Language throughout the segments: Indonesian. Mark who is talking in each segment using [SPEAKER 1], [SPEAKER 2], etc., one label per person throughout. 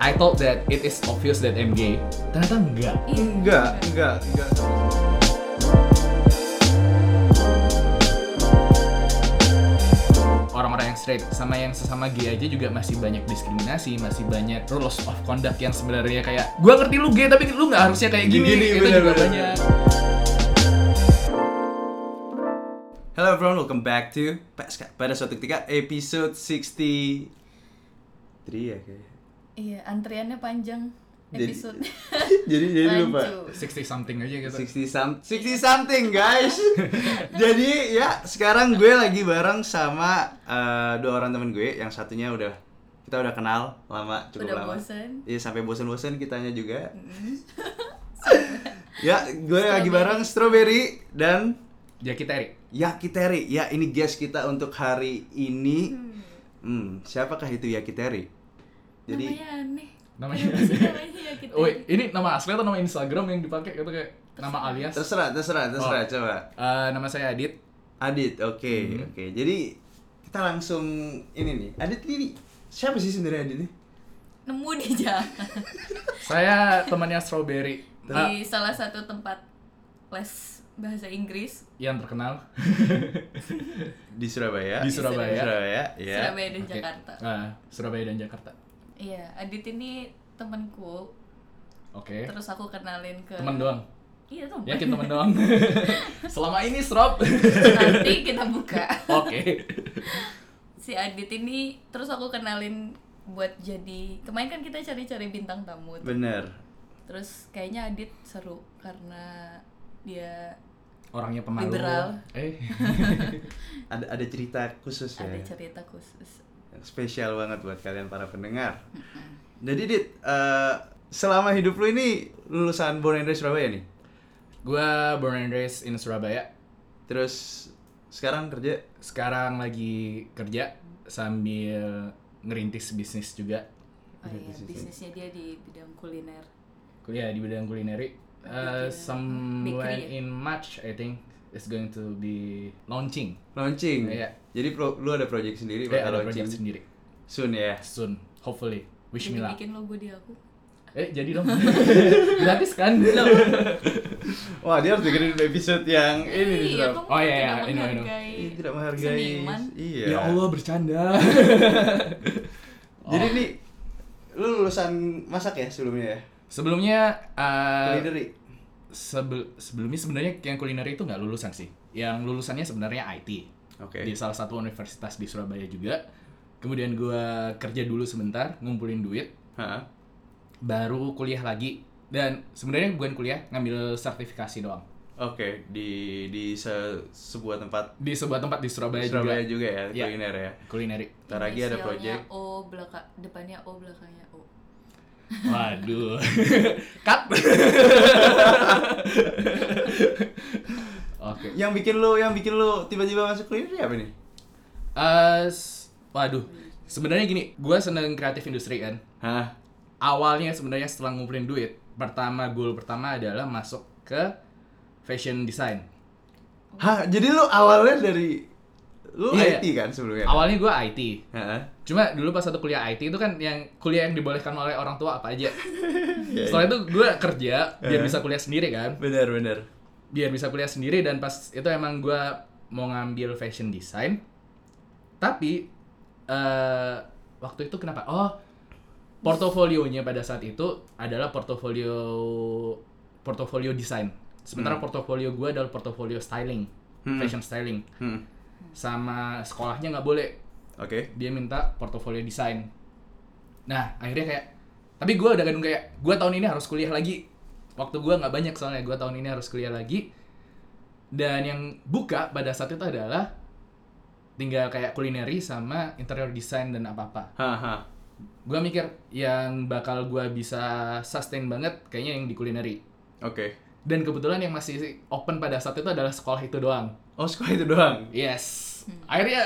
[SPEAKER 1] I thought that it is obvious that I'm gay. Ternyata enggak.
[SPEAKER 2] Enggak, enggak, enggak.
[SPEAKER 1] Orang-orang yang straight sama yang sesama gay aja juga masih banyak diskriminasi, masih banyak rules of conduct yang sebenarnya kayak gua ngerti lu gay tapi lu nggak harusnya kayak gini.
[SPEAKER 2] Gini,
[SPEAKER 1] itu
[SPEAKER 2] bener,
[SPEAKER 1] juga
[SPEAKER 2] bener.
[SPEAKER 1] banyak.
[SPEAKER 2] Hello everyone, welcome back to PSK pada suatu ketika episode 63 ya kayaknya.
[SPEAKER 3] Iya, antriannya panjang
[SPEAKER 2] Jadi-
[SPEAKER 3] episode.
[SPEAKER 2] jadi jadi lupa.
[SPEAKER 3] Lanjut.
[SPEAKER 1] 60 something aja gitu.
[SPEAKER 2] 60 some, 60 something guys. jadi ya sekarang gue lagi bareng sama eh, dua orang temen gue yang satunya udah kita udah kenal lama cukup
[SPEAKER 3] Udah
[SPEAKER 2] lama.
[SPEAKER 3] bosen. Mm-hmm.
[SPEAKER 2] Iya sampai bosen-bosen kitanya juga. ya gue lagi bareng Strawberry dan
[SPEAKER 1] Ya kita Eri.
[SPEAKER 2] Yakiteri. Ya, ini guest kita untuk hari ini. Hmm, siapakah itu Yakiteri? Jadi
[SPEAKER 3] namanya aneh.
[SPEAKER 1] Namanya.
[SPEAKER 3] Kenapa sih namanya ya kita?
[SPEAKER 1] Woi, ini nama asli atau nama Instagram yang dipakai itu kayak nama alias?
[SPEAKER 2] terserah, terserah, terserah coba.
[SPEAKER 1] Eh, nama saya Adit.
[SPEAKER 2] Adit, oke,
[SPEAKER 1] Hmm.
[SPEAKER 2] oke. Jadi kita langsung ini nih. Adit ini siapa sih sebenarnya Adit ini?
[SPEAKER 3] Nemu di jalan
[SPEAKER 1] Saya temannya Strawberry. Ah,
[SPEAKER 2] Nah.
[SPEAKER 3] di salah satu tempat les bahasa Inggris
[SPEAKER 1] yang terkenal
[SPEAKER 2] Di Surabaya.
[SPEAKER 1] di Surabaya.
[SPEAKER 2] Surabaya, ya.
[SPEAKER 3] Surabaya dan
[SPEAKER 1] Oke.
[SPEAKER 3] Jakarta.
[SPEAKER 1] Ah, Surabaya dan Jakarta.
[SPEAKER 3] Iya, Adit ini
[SPEAKER 2] Ya.
[SPEAKER 3] temanku.
[SPEAKER 1] Oke.
[SPEAKER 3] Terus aku kenalin ke
[SPEAKER 1] Teman doang.
[SPEAKER 3] Iya, teman.
[SPEAKER 1] Yakin teman doang. Ya, Selama ini Srob.
[SPEAKER 3] Nanti kita buka.
[SPEAKER 1] Oke.
[SPEAKER 3] Si Adit ini terus aku kenalin buat jadi kemarin kan kita cari-cari bintang tamu. tuh.
[SPEAKER 2] Bener.
[SPEAKER 3] Terus kayaknya Adit seru karena dia
[SPEAKER 1] Orangnya pemalu.
[SPEAKER 3] Liberal.
[SPEAKER 1] Eh.
[SPEAKER 2] Ada ada cerita
[SPEAKER 1] Iya.
[SPEAKER 2] khusus ya.
[SPEAKER 3] ada cerita khusus.
[SPEAKER 2] yang spesial banget buat kalian para pendengar. Jadi Dit, eh, selama hidup lu ini lulusan born and raised Surabaya nih.
[SPEAKER 1] Gua born and raised in Surabaya.
[SPEAKER 2] Terus sekarang kerja
[SPEAKER 1] Sekarang lagi kerja sambil ngerintis bisnis juga.
[SPEAKER 3] Oh iya, bisnisnya dia di bidang kuliner.
[SPEAKER 1] Kuliah di bidang kulineri. Uh, somewhere in March I think is going to be launching.
[SPEAKER 2] launching.
[SPEAKER 1] Iya.
[SPEAKER 2] Jadi pro- lu ada project sendiri
[SPEAKER 1] Eh,
[SPEAKER 2] bakal
[SPEAKER 1] ada
[SPEAKER 2] launching
[SPEAKER 1] project sendiri.
[SPEAKER 2] soon ya.
[SPEAKER 1] Soon, hopefully. Wish me
[SPEAKER 3] Jadi
[SPEAKER 1] luck.
[SPEAKER 3] bikin logo di aku.
[SPEAKER 1] Eh, jadi dong. Gratis kan?
[SPEAKER 2] Wah, dia harus dengerin episode yang ini nih,
[SPEAKER 3] Iya,
[SPEAKER 2] Surab.
[SPEAKER 3] kamu
[SPEAKER 1] Oh, iya,
[SPEAKER 3] tidak
[SPEAKER 1] iya, I know, I know.
[SPEAKER 3] menghargai
[SPEAKER 2] Ih, tidak menghargai.
[SPEAKER 3] seniman.
[SPEAKER 2] Iya.
[SPEAKER 1] Ya Allah bercanda.
[SPEAKER 2] Jadi nih lu lulusan masak ya sebelumnya ya?
[SPEAKER 1] Sebelumnya eh,
[SPEAKER 2] Culinary.
[SPEAKER 1] sebel- sebelumnya sebenarnya yang kuliner itu nggak lulusan sih. Yang lulusannya sebenarnya IT
[SPEAKER 2] Oke.
[SPEAKER 1] di salah satu universitas di Surabaya juga. Kemudian gua kerja dulu sebentar, ngumpulin duit,
[SPEAKER 2] Hah?
[SPEAKER 1] baru kuliah lagi. Dan sebenarnya bukan kuliah, ngambil sertifikasi doang.
[SPEAKER 2] Oke, di di se- sebuah tempat
[SPEAKER 1] Di sebuah tempat di Surabaya,
[SPEAKER 2] Surabaya
[SPEAKER 1] juga.
[SPEAKER 2] juga, ya,
[SPEAKER 1] Iya.
[SPEAKER 2] kuliner ya.
[SPEAKER 1] Kulineri.
[SPEAKER 2] Ntar lagi ada
[SPEAKER 3] Inisialnya
[SPEAKER 2] project.
[SPEAKER 3] O belaka depannya O belakangnya O.
[SPEAKER 1] Waduh. Cut. Oke.
[SPEAKER 2] Yang bikin lu, yang bikin lu tiba-tiba masuk kuliner apa nih?
[SPEAKER 1] Eh, s- waduh. Sebenarnya gini, gua seneng kreatif industri kan.
[SPEAKER 2] Hah?
[SPEAKER 1] Awalnya sebenarnya setelah ngumpulin duit, pertama goal pertama adalah masuk ke fashion design.
[SPEAKER 2] Hah, jadi lu awalnya dari lu
[SPEAKER 1] Iya,
[SPEAKER 2] IT kan sebelumnya?
[SPEAKER 1] Awalnya gua IT.
[SPEAKER 2] Heeh.
[SPEAKER 1] Cuma dulu pas satu kuliah IT itu kan yang kuliah yang dibolehkan oleh orang tua apa aja. Setelah itu gua kerja biar bisa kuliah sendiri kan.
[SPEAKER 2] Benar, benar.
[SPEAKER 1] biar bisa kuliah sendiri dan pas itu emang gua mau ngambil fashion design tapi eh waktu itu kenapa oh portofolionya pada saat itu adalah portofolio portofolio desain sementara portofolio gua adalah portofolio styling
[SPEAKER 2] Hmm.
[SPEAKER 1] fashion styling
[SPEAKER 2] Hmm.
[SPEAKER 1] sama sekolahnya nggak boleh
[SPEAKER 2] Oke.
[SPEAKER 1] dia minta portofolio desain nah akhirnya kayak tapi gua udah kadung kayak gua tahun ini harus kuliah lagi waktu gua nggak banyak soalnya gua tahun ini harus kuliah lagi dan yang buka pada saat itu adalah tinggal kayak kulineri sama interior design dan apa apa
[SPEAKER 2] Haha.
[SPEAKER 1] gua mikir yang bakal gua bisa sustain banget kayaknya yang di kulineri
[SPEAKER 2] Oke.
[SPEAKER 1] dan kebetulan yang masih open pada saat itu adalah sekolah itu doang
[SPEAKER 2] Oh, sekolah itu doang.
[SPEAKER 1] yes akhirnya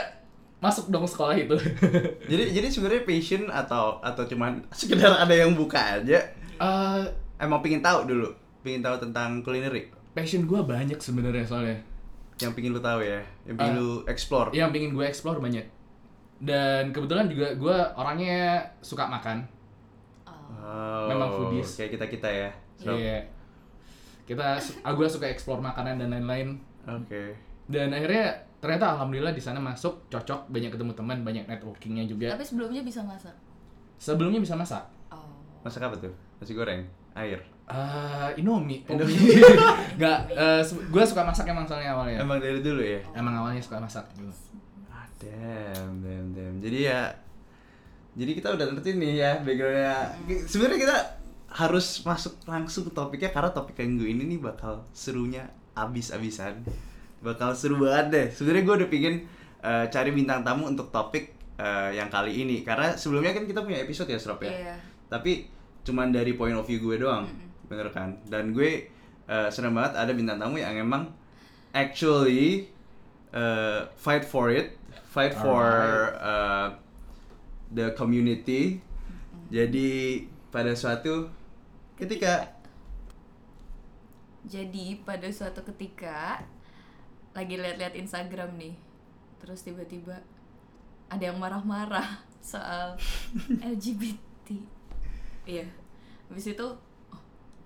[SPEAKER 1] masuk dong sekolah itu
[SPEAKER 2] jadi jadi sebenarnya passion atau atau cuman sekedar ada yang buka aja.
[SPEAKER 1] Eh,
[SPEAKER 2] Emang pingin tahu dulu, pingin tahu tentang kulineri.
[SPEAKER 1] passion gue banyak sebenarnya soalnya
[SPEAKER 2] Yang pingin lu tahu ya, yang pingin
[SPEAKER 1] Ah.
[SPEAKER 2] lu explore.
[SPEAKER 1] yang pengen gue explore banyak dan kebetulan juga gue orangnya suka makan
[SPEAKER 3] Oh.
[SPEAKER 2] Oh,
[SPEAKER 1] Memang foodies.
[SPEAKER 2] Kayak kita kita ya. So,
[SPEAKER 1] Iya. Kita ah, gua suka explore makanan dan lain-lain.
[SPEAKER 2] Oke.
[SPEAKER 1] Dan akhirnya ternyata alhamdulillah di sana masuk cocok, banyak ketemu teman, banyak networkingnya juga.
[SPEAKER 3] Tapi sebelumnya bisa masak.
[SPEAKER 1] Sebelumnya bisa masak.
[SPEAKER 3] Oh.
[SPEAKER 2] Masak apa tuh? Nasi goreng, air.
[SPEAKER 1] Eh, Indomie. Enggak, gue suka masak emang soalnya awalnya.
[SPEAKER 2] Emang dari dulu ya.
[SPEAKER 1] Emang awalnya suka masak.
[SPEAKER 2] Ah, damn, damn, damn. Jadi ya, jadi kita udah ngerti nih ya backgroundnya. Sebenarnya kita harus masuk langsung ke topiknya karena topik minggu ini nih bakal serunya abis-abisan. Bakal seru banget deh. Sebenarnya gue udah pingin eh, cari bintang tamu untuk topik eh, yang kali ini karena sebelumnya kan kita punya episode ya Srop ya.
[SPEAKER 3] Iya.
[SPEAKER 2] Tapi cuman dari point of view gue doang, bener kan? Dan gue eh, seneng banget ada bintang tamu yang emang actually eh, fight for it, fight for eh, the community. Jadi pada suatu ketika
[SPEAKER 3] Jadi pada suatu ketika lagi lihat-lihat Instagram nih, terus tiba-tiba ada yang marah-marah soal LGBT. Iya. Habis itu oh,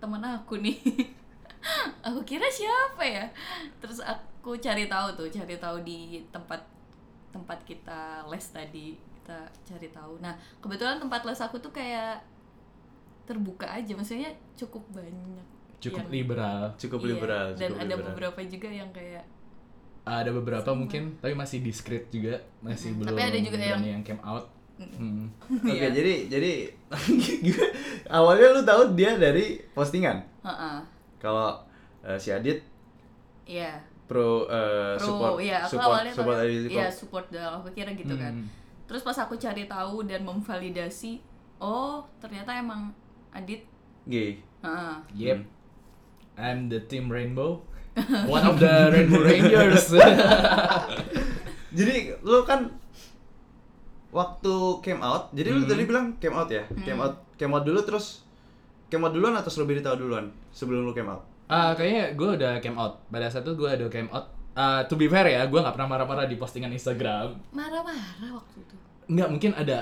[SPEAKER 3] teman aku nih. aku kira siapa ya? Terus aku cari tahu tuh, cari tahu di tempat tempat kita les tadi kita cari tahu. Nah, kebetulan tempat les aku tuh kayak terbuka aja, maksudnya cukup banyak.
[SPEAKER 1] Cukup
[SPEAKER 3] yang-
[SPEAKER 1] liberal.
[SPEAKER 2] cukup
[SPEAKER 3] Iya,
[SPEAKER 2] liberal,
[SPEAKER 3] dan
[SPEAKER 2] cukup
[SPEAKER 3] ada
[SPEAKER 2] liberal.
[SPEAKER 3] beberapa juga yang kayak
[SPEAKER 1] Ada beberapa mungkin, tapi masih discreet juga, masih
[SPEAKER 3] Mm,
[SPEAKER 1] belum
[SPEAKER 3] tapi ada juga
[SPEAKER 1] berani
[SPEAKER 3] yang-
[SPEAKER 1] came out. Hmm.
[SPEAKER 2] Oke,
[SPEAKER 3] Iya.
[SPEAKER 2] jadi jadi gue- awalnya lu tahu dia dari postingan.
[SPEAKER 3] heeh
[SPEAKER 2] Kalau eh, si Adit
[SPEAKER 3] iya
[SPEAKER 2] pro, eh,
[SPEAKER 3] pro
[SPEAKER 2] support
[SPEAKER 3] iya aku
[SPEAKER 2] support
[SPEAKER 3] awalnya
[SPEAKER 2] support
[SPEAKER 3] tahu-
[SPEAKER 2] LGBT
[SPEAKER 3] iya support dalam aku kira gitu kan
[SPEAKER 1] Hmm.
[SPEAKER 3] terus pas aku cari tahu dan memvalidasi oh ternyata emang Adit
[SPEAKER 2] gay.
[SPEAKER 3] heeh
[SPEAKER 1] Yep. I'm the team rainbow. One of the rainbow rangers.
[SPEAKER 2] Jadi lu kan waktu came out, jadi
[SPEAKER 1] Hmm.
[SPEAKER 2] lu tadi bilang came out ya? Came out came out dulu terus came out duluan atau lebih tahu duluan sebelum lu came out?
[SPEAKER 1] Ah, kayaknya gue udah came out. Pada saat itu gue udah came out. Ah, to be fair ya, gue nggak pernah marah-marah di postingan Instagram.
[SPEAKER 3] marah-marah waktu itu
[SPEAKER 1] Nggak mungkin ada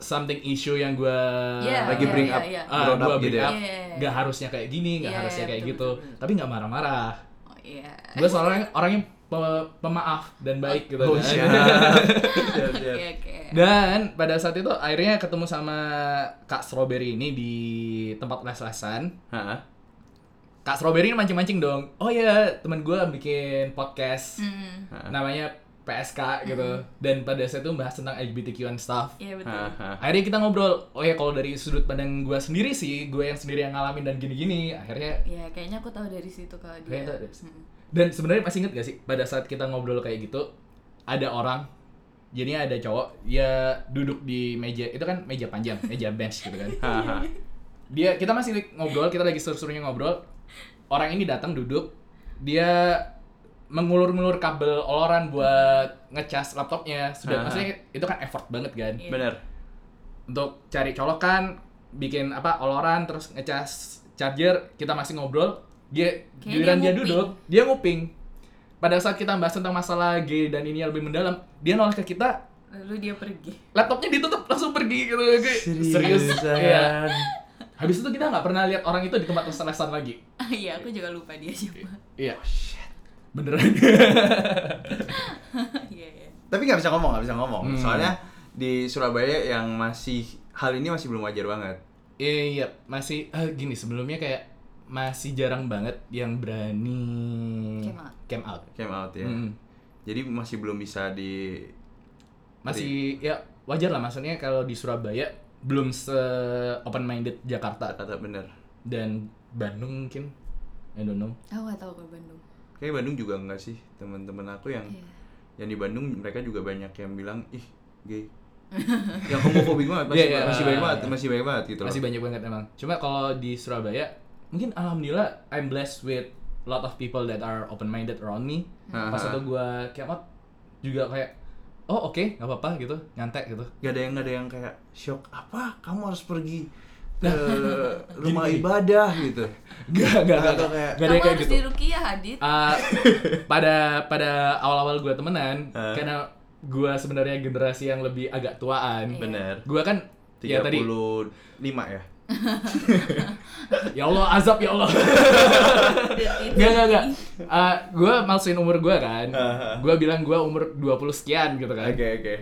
[SPEAKER 1] something issue yang gue
[SPEAKER 3] Iya,
[SPEAKER 2] Lagi
[SPEAKER 3] iya,
[SPEAKER 2] bring
[SPEAKER 3] iya,
[SPEAKER 2] up,
[SPEAKER 3] iya.
[SPEAKER 1] ah,
[SPEAKER 2] grown
[SPEAKER 1] gua
[SPEAKER 2] up gitu
[SPEAKER 1] bring
[SPEAKER 2] ya.
[SPEAKER 1] up,
[SPEAKER 3] Iya, iya, iya.
[SPEAKER 1] nggak harusnya kayak gini, nggak
[SPEAKER 3] Iya,
[SPEAKER 1] harusnya
[SPEAKER 3] iya,
[SPEAKER 1] kayak
[SPEAKER 3] betul,
[SPEAKER 1] gitu.
[SPEAKER 3] betul, betul.
[SPEAKER 1] Tapi nggak marah-marah.
[SPEAKER 3] oh iya
[SPEAKER 1] Gue soalnya orangnya pe- pemaaf dan baik gitu.
[SPEAKER 2] Oh,
[SPEAKER 1] kan.
[SPEAKER 2] siap. Siap,
[SPEAKER 1] Iya.
[SPEAKER 3] oke
[SPEAKER 2] siap.
[SPEAKER 3] oke
[SPEAKER 1] Dan pada saat itu akhirnya ketemu sama Kak Strawberry ini di tempat les-lesan.
[SPEAKER 2] Hah?
[SPEAKER 1] Kak Strawberry ini mancing-mancing dong. Oh iya, teman gue bikin podcast
[SPEAKER 3] Hmm,
[SPEAKER 1] namanya PSK gitu. Dan pada saat itu bahas tentang LGBTQ and stuff.
[SPEAKER 3] iya betul
[SPEAKER 2] Hah, hah.
[SPEAKER 1] Akhirnya kita ngobrol, oh ya kalau dari sudut pandang gue sendiri sih, gue yang sendiri yang ngalamin dan gini-gini. Akhirnya
[SPEAKER 3] Iya, kayaknya aku tahu dari situ kalau dia.
[SPEAKER 1] Kayaknya tahu dari situ.
[SPEAKER 3] Mm.
[SPEAKER 1] dan sebenarnya masih inget gak sih pada saat kita ngobrol kayak gitu ada orang jadinya ada cowok ya duduk di meja itu kan meja panjang, meja bench gitu kan.
[SPEAKER 2] Hah, hah.
[SPEAKER 1] dia kita masih ngobrol kita lagi seru-serunya ngobrol orang ini datang duduk dia mengulur-ngulur kabel oloran buat ngecas laptopnya sudah
[SPEAKER 2] Aha.
[SPEAKER 1] maksudnya itu kan effort banget kan
[SPEAKER 3] Iya.
[SPEAKER 2] Bener.
[SPEAKER 1] untuk cari colokan bikin apa oloran terus ngecas charger kita masih ngobrol dia
[SPEAKER 3] Kayaknya
[SPEAKER 1] giliran
[SPEAKER 3] dia
[SPEAKER 1] dia duduk dia nguping pada saat kita bahas tentang masalah gay dan ini yang lebih mendalam dia nolak ke kita
[SPEAKER 3] Lalu dia pergi.
[SPEAKER 1] laptopnya ditutup langsung pergi gitu Kayak, serius Iya.
[SPEAKER 2] Seriusan.
[SPEAKER 1] habis itu kita nggak pernah lihat orang itu di tempat lesan lagi
[SPEAKER 3] Ah, Iya, aku juga lupa dia siapa.
[SPEAKER 1] Iya. Beneran.
[SPEAKER 3] Iya, iya.
[SPEAKER 2] Tapi nggak bisa ngomong, nggak bisa ngomong.
[SPEAKER 1] Hmm.
[SPEAKER 2] Soalnya di Surabaya yang masih hal ini masih belum wajar banget.
[SPEAKER 1] Iya, masih eh, gini sebelumnya kayak masih jarang banget yang berani
[SPEAKER 3] Came out.
[SPEAKER 1] came out.
[SPEAKER 2] Came out ya.
[SPEAKER 1] Mm.
[SPEAKER 2] Jadi masih belum bisa di
[SPEAKER 1] Masih ya wajar lah maksudnya kalau di Surabaya belum se open minded Jakarta
[SPEAKER 2] kata bener.
[SPEAKER 1] dan Bandung mungkin. I don't know.
[SPEAKER 3] Aku nggak tahu kalau Bandung.
[SPEAKER 2] Kayak Bandung juga enggak sih teman-teman aku yang
[SPEAKER 1] Hmm.
[SPEAKER 3] Iya.
[SPEAKER 2] yang di Bandung mereka juga banyak yang bilang ih gay yang homofobik banget masih,
[SPEAKER 1] Iya, iya.
[SPEAKER 2] masih banyak banget masih banyak banget gitu loh
[SPEAKER 1] Masih banyak banget emang. Cuma kalau di Surabaya mungkin alhamdulillah I'm blessed with lot of people that are open minded around me.
[SPEAKER 2] Aha.
[SPEAKER 1] Pas waktu gua came out juga kayak oh oke nggak apa-apa gitu nyantek gitu.
[SPEAKER 2] gak ada yang gak ada yang kayak shock apa kamu harus pergi ke Nah. rumah
[SPEAKER 1] Gini.
[SPEAKER 2] ibadah gitu
[SPEAKER 1] Gak, gak, gak,
[SPEAKER 2] Atau
[SPEAKER 1] gak,
[SPEAKER 2] kayak-
[SPEAKER 1] ada
[SPEAKER 3] Kamu
[SPEAKER 1] yang kayak
[SPEAKER 3] harus
[SPEAKER 1] gitu.
[SPEAKER 3] di Rukiah, Adit.
[SPEAKER 1] Ah, pada pada awal-awal gue temenan,
[SPEAKER 2] Eh.
[SPEAKER 1] karena gue sebenarnya generasi yang lebih agak tuaan.
[SPEAKER 2] Bener.
[SPEAKER 1] Gue kan Iya, tadi.
[SPEAKER 2] 35 ya.
[SPEAKER 1] Ya Allah, azab ya Allah. Gak, gak, gak. Eh, gue malsuin umur gue kan. Gue bilang gue umur 20 sekian gitu kan.
[SPEAKER 2] Oke, oke.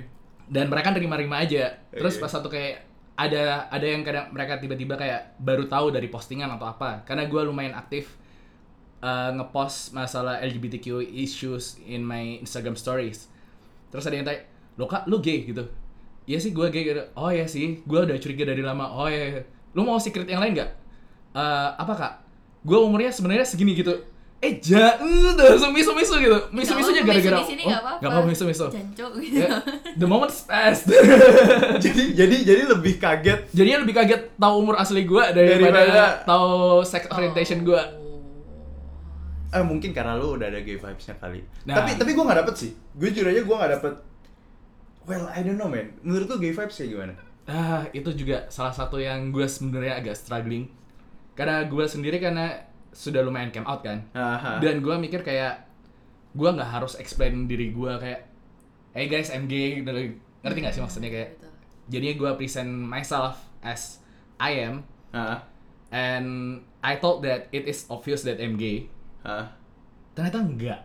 [SPEAKER 1] Dan mereka nerima-nerima aja. Terus
[SPEAKER 2] Oke.
[SPEAKER 1] pas satu kayak ada ada yang kadang mereka tiba-tiba kayak baru tahu dari postingan atau apa. Karena gue lumayan aktif eh, ngepost masalah LGBTQ issues in my Instagram stories. Terus ada yang tanya, lo kak, lu gay gitu? Iya sih, gue gay gitu. Oh iya sih, gue udah curiga dari lama. Oh iya, iya. lu mau secret yang lain nggak? Eh, apa kak? Gue umurnya sebenarnya segini gitu. Eh jangan, udah misu-misu gitu.
[SPEAKER 3] Ya
[SPEAKER 1] Misu-misunya gara-gara.
[SPEAKER 3] Di sini
[SPEAKER 1] oh,
[SPEAKER 3] nggak apa-apa.
[SPEAKER 1] nggak apa-apa misu-misu.
[SPEAKER 3] Jancuk gitu.
[SPEAKER 1] Ya, the moment's passed.
[SPEAKER 2] jadi jadi jadi lebih kaget.
[SPEAKER 1] Jadinya lebih kaget tahu umur asli gue daripada,
[SPEAKER 2] Daripada-
[SPEAKER 1] tahu sex
[SPEAKER 3] Oh.
[SPEAKER 1] orientation gue.
[SPEAKER 2] Eh mungkin karena lu udah ada gay vibes-nya kali.
[SPEAKER 1] Nah.
[SPEAKER 2] Tapi tapi gua nggak dapet sih. Gue jujur aja gua nggak dapet. Well, I don't know man. Menurut lu gay vibes kayak gimana?
[SPEAKER 1] Ah, itu juga salah satu yang gue sebenarnya agak struggling. Karena gue sendiri karena sudah lumayan came out kan.
[SPEAKER 2] Haha.
[SPEAKER 1] Dan gue mikir kayak gue nggak harus explain diri gue kayak, hey guys I'm gay, gitu. ngerti nggak sih maksudnya kayak?
[SPEAKER 3] Betul.
[SPEAKER 1] Jadinya gue present myself as I am,
[SPEAKER 2] Hah?
[SPEAKER 1] and I thought that it is obvious that I'm gay.
[SPEAKER 2] Hah?
[SPEAKER 1] Ternyata enggak.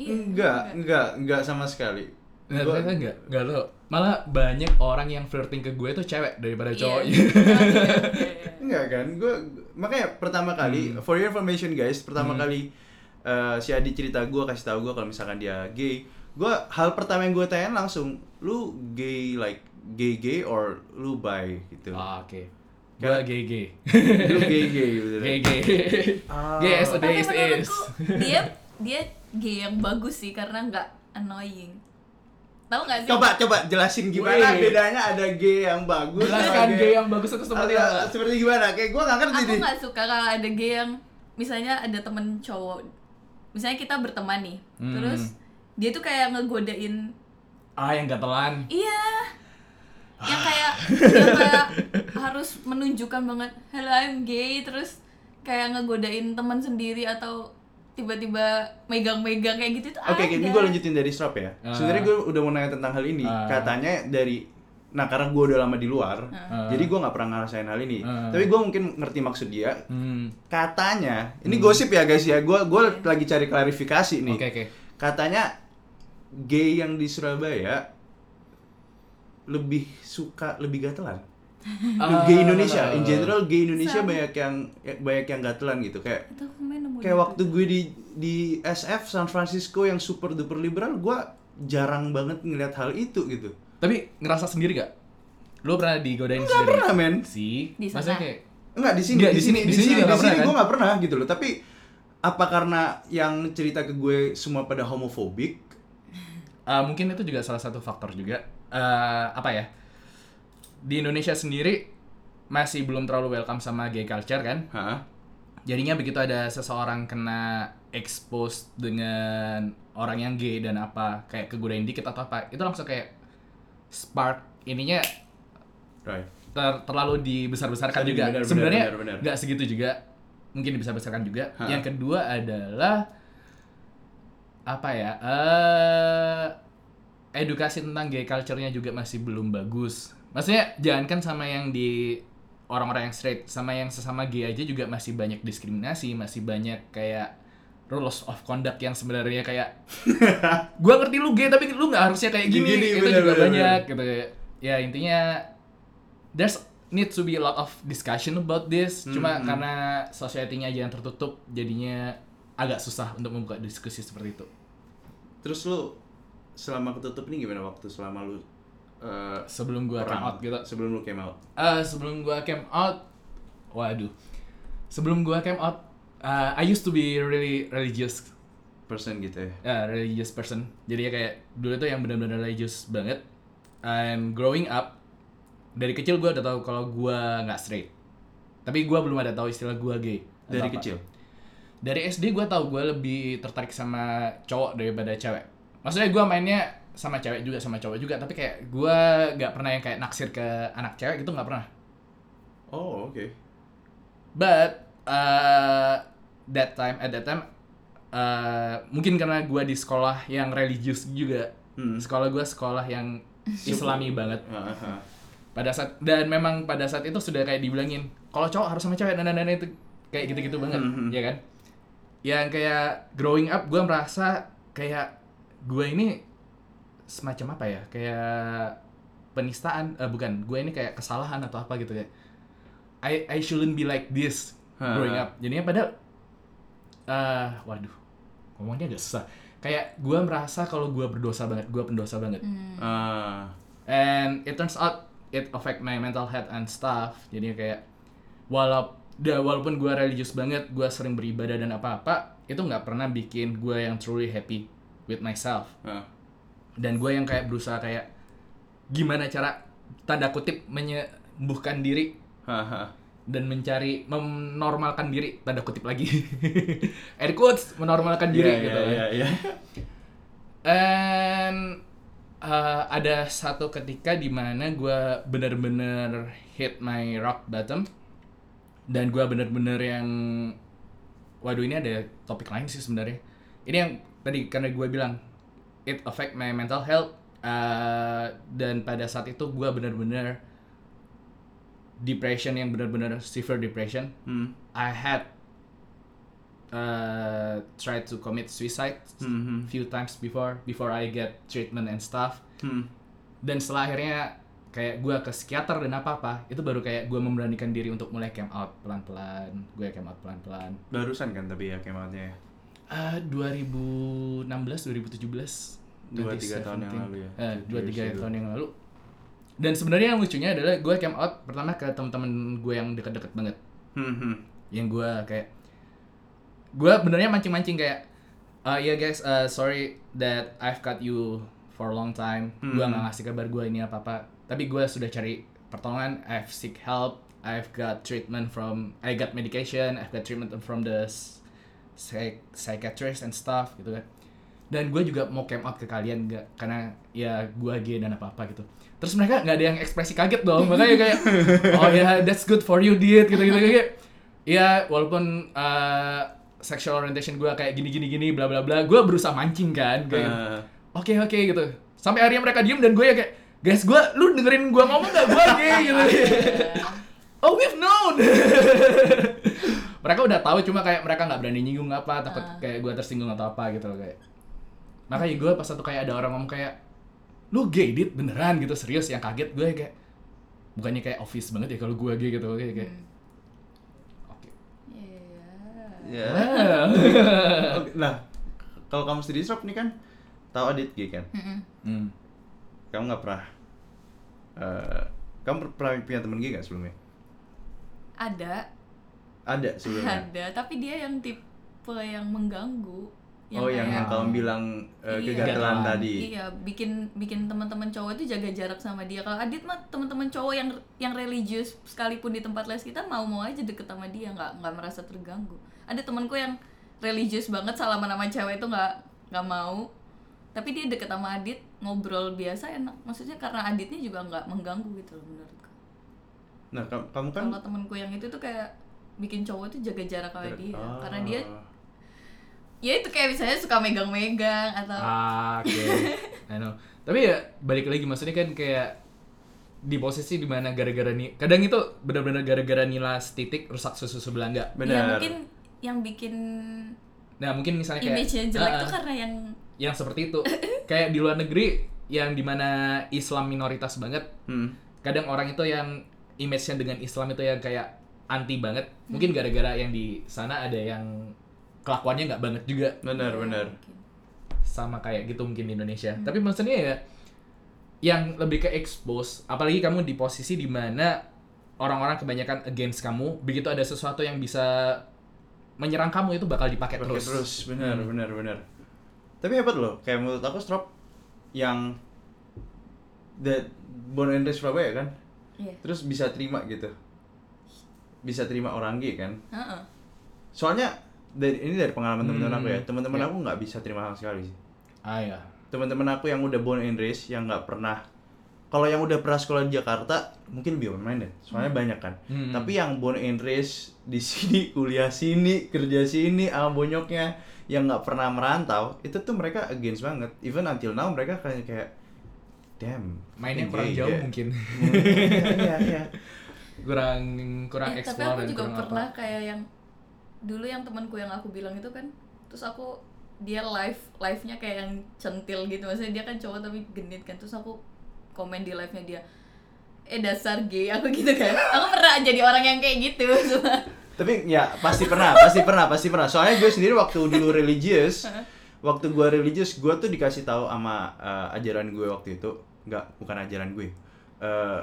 [SPEAKER 3] Iya,
[SPEAKER 2] Enggak, enggak, enggak sama sekali.
[SPEAKER 1] Nah,
[SPEAKER 2] Gua-
[SPEAKER 1] ternyata enggak, enggak lo. Malah banyak orang yang flirting ke gue tuh cewek daripada
[SPEAKER 3] Iya,
[SPEAKER 1] cowoknya.
[SPEAKER 3] iya, iya, iya, iya.
[SPEAKER 2] Enggak kan? Gue makanya pertama kali
[SPEAKER 1] Hmm.
[SPEAKER 2] for your information guys, pertama kali eh, si Adi cerita gue kasih tahu gue kalau misalkan dia gay, gue hal pertama yang gue tanyain langsung, lu gay like gay gay or lu bi gitu.
[SPEAKER 1] Ah, oke. Gue
[SPEAKER 2] Karena-
[SPEAKER 1] gay gay.
[SPEAKER 2] Lu gay gay gitu.
[SPEAKER 1] Gay gay.
[SPEAKER 2] Ah.
[SPEAKER 1] Gay as a
[SPEAKER 3] Tapi
[SPEAKER 1] day is is.
[SPEAKER 3] menurutku dia dia gay yang bagus sih karena nggak annoying. Tahu nggak sih?
[SPEAKER 2] Coba coba jelasin gimana
[SPEAKER 1] Wih.
[SPEAKER 2] bedanya ada gay yang bagus.
[SPEAKER 1] Jelaskan
[SPEAKER 2] sama
[SPEAKER 1] gay kan yang bagus ya. itu seperti
[SPEAKER 2] Atau-
[SPEAKER 1] apa?
[SPEAKER 2] seperti gimana? Kayak gue gak ngerti
[SPEAKER 3] aku
[SPEAKER 2] nih.
[SPEAKER 3] nggak suka kalau ada gay yang misalnya ada temen cowok misalnya kita berteman nih
[SPEAKER 1] Hmm.
[SPEAKER 3] terus dia tuh kayak ngegodain
[SPEAKER 1] Ah, yang gatelan.
[SPEAKER 3] iya yang kayak yang kayak harus menunjukkan banget hello I'm gay terus kayak ngegodain teman sendiri atau tiba-tiba megang-megang kayak gitu tuh
[SPEAKER 2] Oke, oke, ini
[SPEAKER 3] ada.
[SPEAKER 2] gue lanjutin dari strap ya.
[SPEAKER 1] Ah.
[SPEAKER 2] Sebenarnya gue udah mau nanya tentang hal ini.
[SPEAKER 1] Ah.
[SPEAKER 2] Katanya dari, nah karena gue udah lama di luar,
[SPEAKER 1] Ah.
[SPEAKER 2] jadi gue nggak pernah ngerasain hal ini.
[SPEAKER 1] Ah.
[SPEAKER 2] Tapi gue mungkin ngerti maksud dia.
[SPEAKER 1] Hmm.
[SPEAKER 2] Katanya, ini gosip ya guys ya. Gue gue lagi cari klarifikasi nih.
[SPEAKER 1] Oke, oke.
[SPEAKER 2] Katanya gay yang di Surabaya lebih suka lebih gatelan.
[SPEAKER 1] Ah.
[SPEAKER 2] gay Indonesia, in general gay Indonesia
[SPEAKER 3] Sama.
[SPEAKER 2] banyak yang banyak yang gatelan gitu kayak
[SPEAKER 3] Itu aku main nemu
[SPEAKER 2] kayak
[SPEAKER 3] di
[SPEAKER 2] waktu gue di di SF San Francisco yang super duper liberal gue jarang banget ngeliat hal itu gitu
[SPEAKER 1] Tapi ngerasa sendiri gak? Lu pernah digodain
[SPEAKER 2] nggak
[SPEAKER 1] sendiri?
[SPEAKER 2] pernah men
[SPEAKER 1] Sih.
[SPEAKER 3] Di sana.
[SPEAKER 1] Maksudnya kayak
[SPEAKER 2] nggak di sini
[SPEAKER 1] Nggak,
[SPEAKER 2] di sini di sini
[SPEAKER 1] juga
[SPEAKER 2] di
[SPEAKER 1] nggak
[SPEAKER 2] sini
[SPEAKER 1] pernah,
[SPEAKER 2] gue
[SPEAKER 1] kan?
[SPEAKER 2] nggak pernah gitu loh tapi apa karena yang cerita ke gue semua pada homofobik
[SPEAKER 1] Eh, mungkin itu juga salah satu faktor juga Eh, apa ya di Indonesia sendiri masih belum terlalu welcome sama gay culture kan
[SPEAKER 2] Hah?
[SPEAKER 1] jadinya begitu ada seseorang kena expose dengan orang yang gay dan apa kayak kegodain dikit atau apa itu langsung kayak spark ininya
[SPEAKER 2] Right.
[SPEAKER 1] ter- terlalu dibesar-besarkan
[SPEAKER 2] Sorry,
[SPEAKER 1] juga
[SPEAKER 2] benar, benar,
[SPEAKER 1] sebenarnya
[SPEAKER 2] benar, benar.
[SPEAKER 1] nggak segitu juga mungkin dibesar-besarkan juga
[SPEAKER 2] Ha.
[SPEAKER 1] yang kedua adalah apa ya eh edukasi tentang gay culture-nya juga masih belum bagus maksudnya jangankan sama yang di orang-orang yang straight sama yang sesama gay aja juga masih banyak diskriminasi masih banyak kayak rules of conduct yang sebenarnya kayak gua ngerti lu gay tapi lu nggak harusnya kayak gini,
[SPEAKER 2] Gini,
[SPEAKER 1] itu
[SPEAKER 2] bener,
[SPEAKER 1] juga
[SPEAKER 2] bener,
[SPEAKER 1] banyak gitu ya intinya there's need to be a lot of discussion about this cuma karena society-nya aja yang tertutup jadinya agak susah untuk membuka diskusi seperti itu
[SPEAKER 2] terus lu selama ketutup ini gimana waktu selama lu eh,
[SPEAKER 1] sebelum gua
[SPEAKER 2] perang?
[SPEAKER 1] come out gitu
[SPEAKER 2] sebelum lu came out
[SPEAKER 1] Eh, sebelum gua came out waduh sebelum gua came out eh, I used to be really religious
[SPEAKER 2] person gitu ya
[SPEAKER 1] ya religious person jadi ya kayak dulu tuh yang benar-benar religious banget and growing up dari kecil gue udah tahu kalau gue nggak straight tapi gue belum ada tahu istilah gue gay atau
[SPEAKER 2] dari
[SPEAKER 1] apa.
[SPEAKER 2] kecil
[SPEAKER 1] dari SD gue tahu gue lebih tertarik sama cowok daripada cewek maksudnya gue mainnya sama cewek juga sama cowok juga tapi kayak gue nggak pernah yang kayak naksir ke anak cewek gitu nggak pernah
[SPEAKER 2] oh oke
[SPEAKER 1] But uh, that time at that time uh, mungkin karena gua di sekolah yang religius juga.
[SPEAKER 2] Hmm. Ah.
[SPEAKER 1] Sekolah gua sekolah yang Islami banget.
[SPEAKER 2] Hah, hah.
[SPEAKER 1] pada saat dan memang pada saat itu sudah kayak dibilangin kalau cowok harus sama cewek dan dan itu kayak gitu-gitu banget
[SPEAKER 2] Mhm.
[SPEAKER 1] ya kan yang kayak growing up gue merasa kayak gue ini semacam apa ya kayak penistaan eh, bukan gue ini kayak kesalahan atau apa gitu ya I I shouldn't be like this
[SPEAKER 2] Ha.
[SPEAKER 1] growing up jadinya padahal eh waduh ngomongnya agak susah kayak gue merasa kalau gue berdosa banget gue pendosa banget
[SPEAKER 3] Hmm.
[SPEAKER 2] Ah.
[SPEAKER 1] And it turns out it affect my mental health and stuff. Jadi kayak walau da, walaupun gue religius banget, gue sering beribadah dan apa-apa, itu nggak pernah bikin gue yang truly happy with myself.
[SPEAKER 2] Ah.
[SPEAKER 1] Dan gue yang kayak berusaha kayak gimana cara tanda kutip menyembuhkan diri
[SPEAKER 2] Haha.
[SPEAKER 1] dan mencari menormalkan diri tanda kutip lagi air quotes menormalkan diri
[SPEAKER 2] Iya,
[SPEAKER 1] gitu
[SPEAKER 2] iya,
[SPEAKER 1] kan.
[SPEAKER 2] iya, iya.
[SPEAKER 1] And uh, ada satu ketika di mana gue bener-bener hit my rock bottom dan gue bener-bener yang waduh ini ada topik lain sih sebenarnya. Ini yang tadi karena gue bilang it affect my mental health uh, dan pada saat itu gue bener-bener depression yang bener-bener severe depression.
[SPEAKER 2] Hmm.
[SPEAKER 1] I had uh, tried to commit suicide
[SPEAKER 2] Mhm.
[SPEAKER 1] few times before before I get treatment and stuff.
[SPEAKER 2] Hmm.
[SPEAKER 1] Dan setelah akhirnya kayak gue ke psikiater dan apa apa, itu baru kayak gue memberanikan diri untuk mulai camp out pelan pelan. Gue camp out pelan pelan.
[SPEAKER 2] Barusan kan tapi ya kematnya ya.
[SPEAKER 1] Ah, 2016, 2017,
[SPEAKER 2] Dua, tiga tahun yang lalu ya.
[SPEAKER 1] Eh, dua
[SPEAKER 2] Two
[SPEAKER 1] tiga
[SPEAKER 2] years ago.
[SPEAKER 1] tahun yang lalu. Dan sebenarnya yang lucunya adalah gue camp out pertama ke teman-teman gue yang deket-deket banget.
[SPEAKER 2] Hmm, hmm.
[SPEAKER 1] yang gue kayak gue benernya mancing-mancing kayak "Ah, ya guys uh, sorry that I've cut you for a long time gue
[SPEAKER 2] Hmm.
[SPEAKER 1] nggak ngasih kabar gue ini apa apa tapi gue sudah cari pertolongan I've seek help I've got treatment from I got medication I've got treatment from the s- psych- psychiatrist and stuff gitu kan dan gue juga mau came out ke kalian nggak karena ya gue gay dan apa apa gitu terus mereka nggak ada yang ekspresi kaget dong makanya kayak oh ya that's good for you dude gitu gitu kayak ya walaupun eh, sexual orientation gue kayak gini gini gini bla bla bla gue berusaha mancing kan kayak
[SPEAKER 2] Ah.
[SPEAKER 1] oke oke gitu sampai akhirnya mereka diem dan gue ya kayak guys gue lu dengerin gue ngomong gak gue gay gitu oh we've known mereka udah tahu cuma kayak mereka nggak berani nyinggung apa takut
[SPEAKER 3] Ah.
[SPEAKER 1] kayak gue tersinggung atau apa gitu loh kayak makanya gue pas satu kayak ada orang ngomong kayak lu gay dit beneran gitu serius yang kaget gue kayak bukannya kayak office banget ya kalau gue gay gitu kayak
[SPEAKER 3] Hmm.
[SPEAKER 1] kayak oke
[SPEAKER 3] Iya.
[SPEAKER 2] Ya. Oke, Nah, kalau kamu sendiri Sob, nih kan tahu Adit G kan?
[SPEAKER 3] Mm-mm.
[SPEAKER 1] Hmm.
[SPEAKER 2] Kamu nggak pernah eh, kamu per- pernah punya temen gay nggak sebelumnya?
[SPEAKER 3] Ada,
[SPEAKER 2] Ada sebelumnya.
[SPEAKER 3] ada, tapi dia yang tipe yang mengganggu.
[SPEAKER 2] oh, yang yang
[SPEAKER 3] kayak-
[SPEAKER 2] kamu bilang eh,
[SPEAKER 3] Iya.
[SPEAKER 2] kegatelan
[SPEAKER 1] Kegatelan.
[SPEAKER 2] tadi.
[SPEAKER 3] Iya, bikin bikin teman-teman cowok itu jaga jarak sama dia. Kalau Adit mah teman-teman cowok yang yang religius sekalipun di tempat les kita mau-mau aja deket sama dia, nggak nggak merasa terganggu. Ada temanku yang religius banget salaman sama cewek itu nggak nggak mau. Tapi dia deket sama Adit, ngobrol biasa enak. Maksudnya karena Aditnya juga nggak mengganggu gitu loh menurutku.
[SPEAKER 2] Nah, kamu, kamu kan
[SPEAKER 3] Kalau temanku yang itu tuh kayak bikin cowok itu jaga jarak sama dia
[SPEAKER 2] Ah.
[SPEAKER 3] karena dia ya itu kayak misalnya suka megang-megang atau
[SPEAKER 1] Ah, oke. I know. Tapi ya balik lagi maksudnya kan kayak di posisi dimana gara-gara nih kadang itu benar-benar gara-gara nilas titik rusak susu sebelanga.
[SPEAKER 3] ya
[SPEAKER 2] benar.
[SPEAKER 3] mungkin yang bikin
[SPEAKER 1] Nah mungkin misalnya kayak
[SPEAKER 3] image yang jelek
[SPEAKER 1] Ah,
[SPEAKER 3] tuh
[SPEAKER 1] ah,
[SPEAKER 3] karena yang
[SPEAKER 1] yang seperti itu kayak di luar negeri yang dimana Islam minoritas banget
[SPEAKER 2] Hmm.
[SPEAKER 1] kadang orang itu yang image-nya dengan Islam itu yang kayak anti banget mungkin gara-gara yang di sana ada yang kelakuannya nggak banget juga
[SPEAKER 2] Benar,
[SPEAKER 3] ya,
[SPEAKER 2] benar.
[SPEAKER 3] mungkin.
[SPEAKER 1] sama kayak gitu mungkin di Indonesia. Tapi maksudnya ya yang lebih ke expose, apalagi kamu di posisi di mana orang-orang kebanyakan against kamu, begitu ada sesuatu yang bisa menyerang kamu itu bakal dipakai
[SPEAKER 2] Pakai
[SPEAKER 1] terus. Hmm.
[SPEAKER 2] terus, benar, benar, benar. Tapi hebat loh, kayak menurut aku strop yang that born and raised Surabaya kan,
[SPEAKER 3] Iya.
[SPEAKER 2] terus bisa terima gitu, bisa terima orang gay kan.
[SPEAKER 3] Heeh.
[SPEAKER 2] Soalnya dari ini dari pengalaman teman-teman
[SPEAKER 1] Hmm.
[SPEAKER 2] aku ya, teman-teman
[SPEAKER 1] Ya.
[SPEAKER 2] aku nggak bisa terima sama sekali sih.
[SPEAKER 1] Ah ya.
[SPEAKER 2] Teman-teman aku yang udah born and raised yang nggak pernah, kalau yang udah pernah sekolah di Jakarta mungkin lebih open-minded, soalnya banyak kan.
[SPEAKER 1] Hmm.
[SPEAKER 2] Tapi yang born and raised di sini, kuliah sini, kerja sini, sama bonyoknya yang nggak pernah merantau, itu tuh mereka against banget. Even until now mereka kayak kayak damn
[SPEAKER 1] mainnya
[SPEAKER 2] Iya,
[SPEAKER 1] Hmm, kurang
[SPEAKER 2] iya.
[SPEAKER 1] jauh mungkin
[SPEAKER 2] Iya, iya iya
[SPEAKER 1] kurang kurang
[SPEAKER 3] Eh, tapi
[SPEAKER 1] eksplor
[SPEAKER 3] aku
[SPEAKER 1] dan
[SPEAKER 3] juga
[SPEAKER 1] kurang apa
[SPEAKER 3] pernah kayak yang dulu yang temanku yang aku bilang itu kan terus aku dia live live nya kayak yang centil gitu maksudnya dia kan cowok tapi genit kan terus aku komen di live nya dia eh dasar gay aku gitu kan aku pernah jadi orang yang kayak gitu
[SPEAKER 2] tapi ya pasti pernah pasti pernah pasti pernah soalnya gue sendiri waktu dulu religius waktu gue religius gue tuh dikasih tahu sama eh, ajaran gue waktu itu nggak bukan ajaran gue Eh,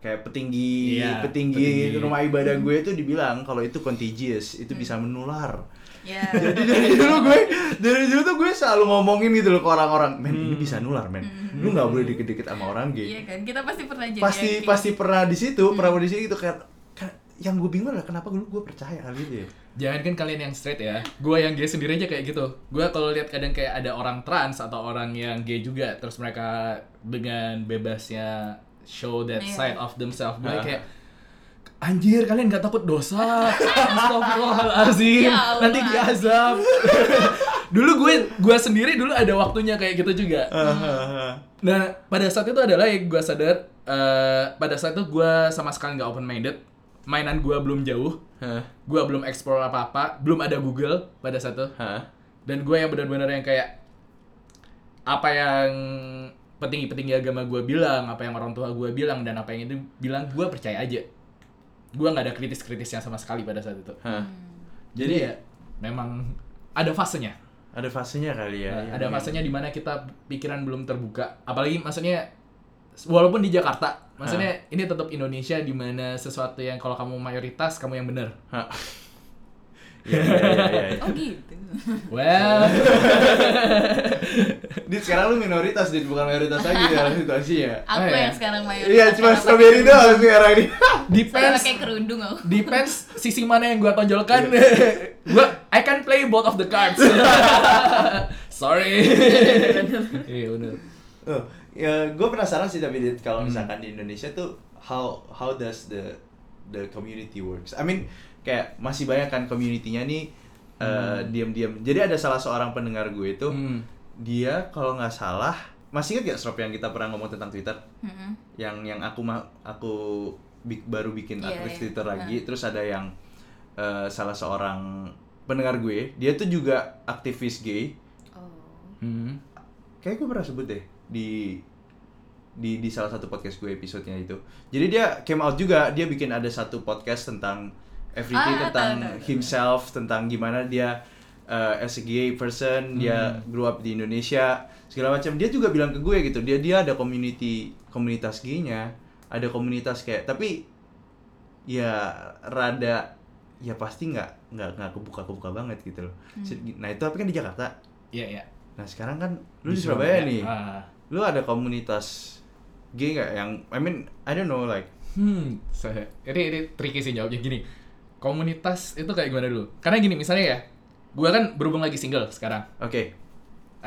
[SPEAKER 2] kayak petinggi
[SPEAKER 1] Iya,
[SPEAKER 2] petinggi
[SPEAKER 1] petinggi.
[SPEAKER 2] rumah ibadah gue tuh dibilang kalau itu contagious
[SPEAKER 3] Hmm.
[SPEAKER 2] itu bisa menular
[SPEAKER 3] ya
[SPEAKER 2] jadi dari dulu gue dari dulu tuh gue selalu ngomongin gitu loh ke orang-orang men ini bisa nular men lu nggak boleh dikit-dikit sama orang gay
[SPEAKER 3] Hmm. iya kan kita pasti pernah jadi
[SPEAKER 2] pasti
[SPEAKER 3] yang kayak gitu. Hmm.
[SPEAKER 2] pasti pernah di situ pernah di situ gitu kayak kan- yang gue bingung adalah kenapa dulu gue percaya hal itu ya
[SPEAKER 1] jangan kan kalian yang straight ya gue yang gay sendiri aja kayak gitu gue kalau lihat kadang kayak ada orang trans atau orang yang gay juga terus mereka dengan bebasnya show that
[SPEAKER 3] Iya.
[SPEAKER 1] side of themselves gue
[SPEAKER 2] Ah.
[SPEAKER 1] kayak Anjir, kalian gak takut dosa? Astagfirullahalazim.
[SPEAKER 3] Ya Allah.
[SPEAKER 1] Nanti diazab. dulu gue gue sendiri dulu ada waktunya kayak gitu juga. Nah, pada saat itu adalah yang gue sadar, eh, pada saat itu gue sama sekali nggak open minded, mainan gue belum jauh,
[SPEAKER 2] Hah?
[SPEAKER 1] gue belum explore apa apa, belum ada Google pada saat itu,
[SPEAKER 2] Hah?
[SPEAKER 1] dan gue yang benar-benar yang kayak apa yang petinggi-petinggi agama gue bilang, apa yang orang tua gue bilang, dan apa yang itu bilang, gue percaya aja. Gue nggak ada kritis-kritisnya sama sekali pada saat itu.
[SPEAKER 2] Hah?
[SPEAKER 1] Jadi ya, memang ada fasenya.
[SPEAKER 2] ada fasenya kali ya
[SPEAKER 1] Nah,
[SPEAKER 2] Iya,
[SPEAKER 1] ada
[SPEAKER 2] iya.
[SPEAKER 1] masanya di mana kita pikiran belum terbuka. Apalagi maksudnya walaupun di Jakarta, maksudnya
[SPEAKER 2] Ah.
[SPEAKER 1] ini tetap Indonesia di mana sesuatu yang kalau kamu mayoritas kamu yang benar.
[SPEAKER 2] Hah. Iya, iya, iya, iya, iya.
[SPEAKER 3] oh gitu
[SPEAKER 1] Well,
[SPEAKER 2] Dit, sekarang lu minoritas, Dit, bukan mayoritas lagi dalam situasi ya
[SPEAKER 3] aku
[SPEAKER 1] Oh, iya.
[SPEAKER 3] yang sekarang mayoritas
[SPEAKER 2] Iya, cuma
[SPEAKER 3] karena
[SPEAKER 2] strawberry
[SPEAKER 3] pakai-
[SPEAKER 2] doang sekarang ini
[SPEAKER 3] saya
[SPEAKER 1] depends
[SPEAKER 3] pakai kerudung aku
[SPEAKER 1] depends sisi mana yang gua tonjolkan.
[SPEAKER 2] Iya.
[SPEAKER 1] gua I can play both of the cards. Sorry. Iya bener.
[SPEAKER 2] Oh, ya, gue penasaran sih tapi Dit, kalau misalkan di Indonesia tuh how how does the the community works? I mean kayak masih banyak kan community-nya nih eh, diam-diam. Jadi ada salah seorang pendengar gue itu
[SPEAKER 1] Hmm.
[SPEAKER 2] dia kalau nggak salah masih ingat gak Srop yang kita pernah ngomong tentang Twitter?
[SPEAKER 3] Mm-mm.
[SPEAKER 2] Yang yang aku ma- aku bi- baru bikin
[SPEAKER 3] Iya,
[SPEAKER 2] akun
[SPEAKER 3] iya.
[SPEAKER 2] Twitter lagi, terus ada yang eh, salah seorang pendengar gue, dia tuh juga aktivis gay
[SPEAKER 3] oh
[SPEAKER 1] Hmm.
[SPEAKER 2] kayak gue pernah sebut deh di di di salah satu podcast gue episodenya itu jadi dia came out juga dia bikin ada satu podcast tentang everyday
[SPEAKER 3] Ah,
[SPEAKER 2] tentang
[SPEAKER 3] tahu, tahu, tahu.
[SPEAKER 2] himself tentang gimana dia uh, as a gay person dia
[SPEAKER 3] Hmm.
[SPEAKER 2] grew up di Indonesia segala macam dia juga bilang ke gue gitu dia dia ada community komunitas gaynya ada komunitas kayak tapi ya rada ya pasti nggak nggak nggak kebuka kebuka banget gitu loh
[SPEAKER 3] Hmm.
[SPEAKER 2] nah itu tapi kan di Jakarta
[SPEAKER 1] Iya iya.
[SPEAKER 2] Nah sekarang kan lu di Surabaya nih,
[SPEAKER 1] Ah.
[SPEAKER 2] lu ada komunitas gay nggak yang, I mean, I don't know like,
[SPEAKER 1] Hmm, saya- ini ini tricky sih jawabnya gini. Komunitas itu kayak gimana dulu? Karena gini misalnya ya, gue kan berhubung lagi single sekarang,
[SPEAKER 2] oke,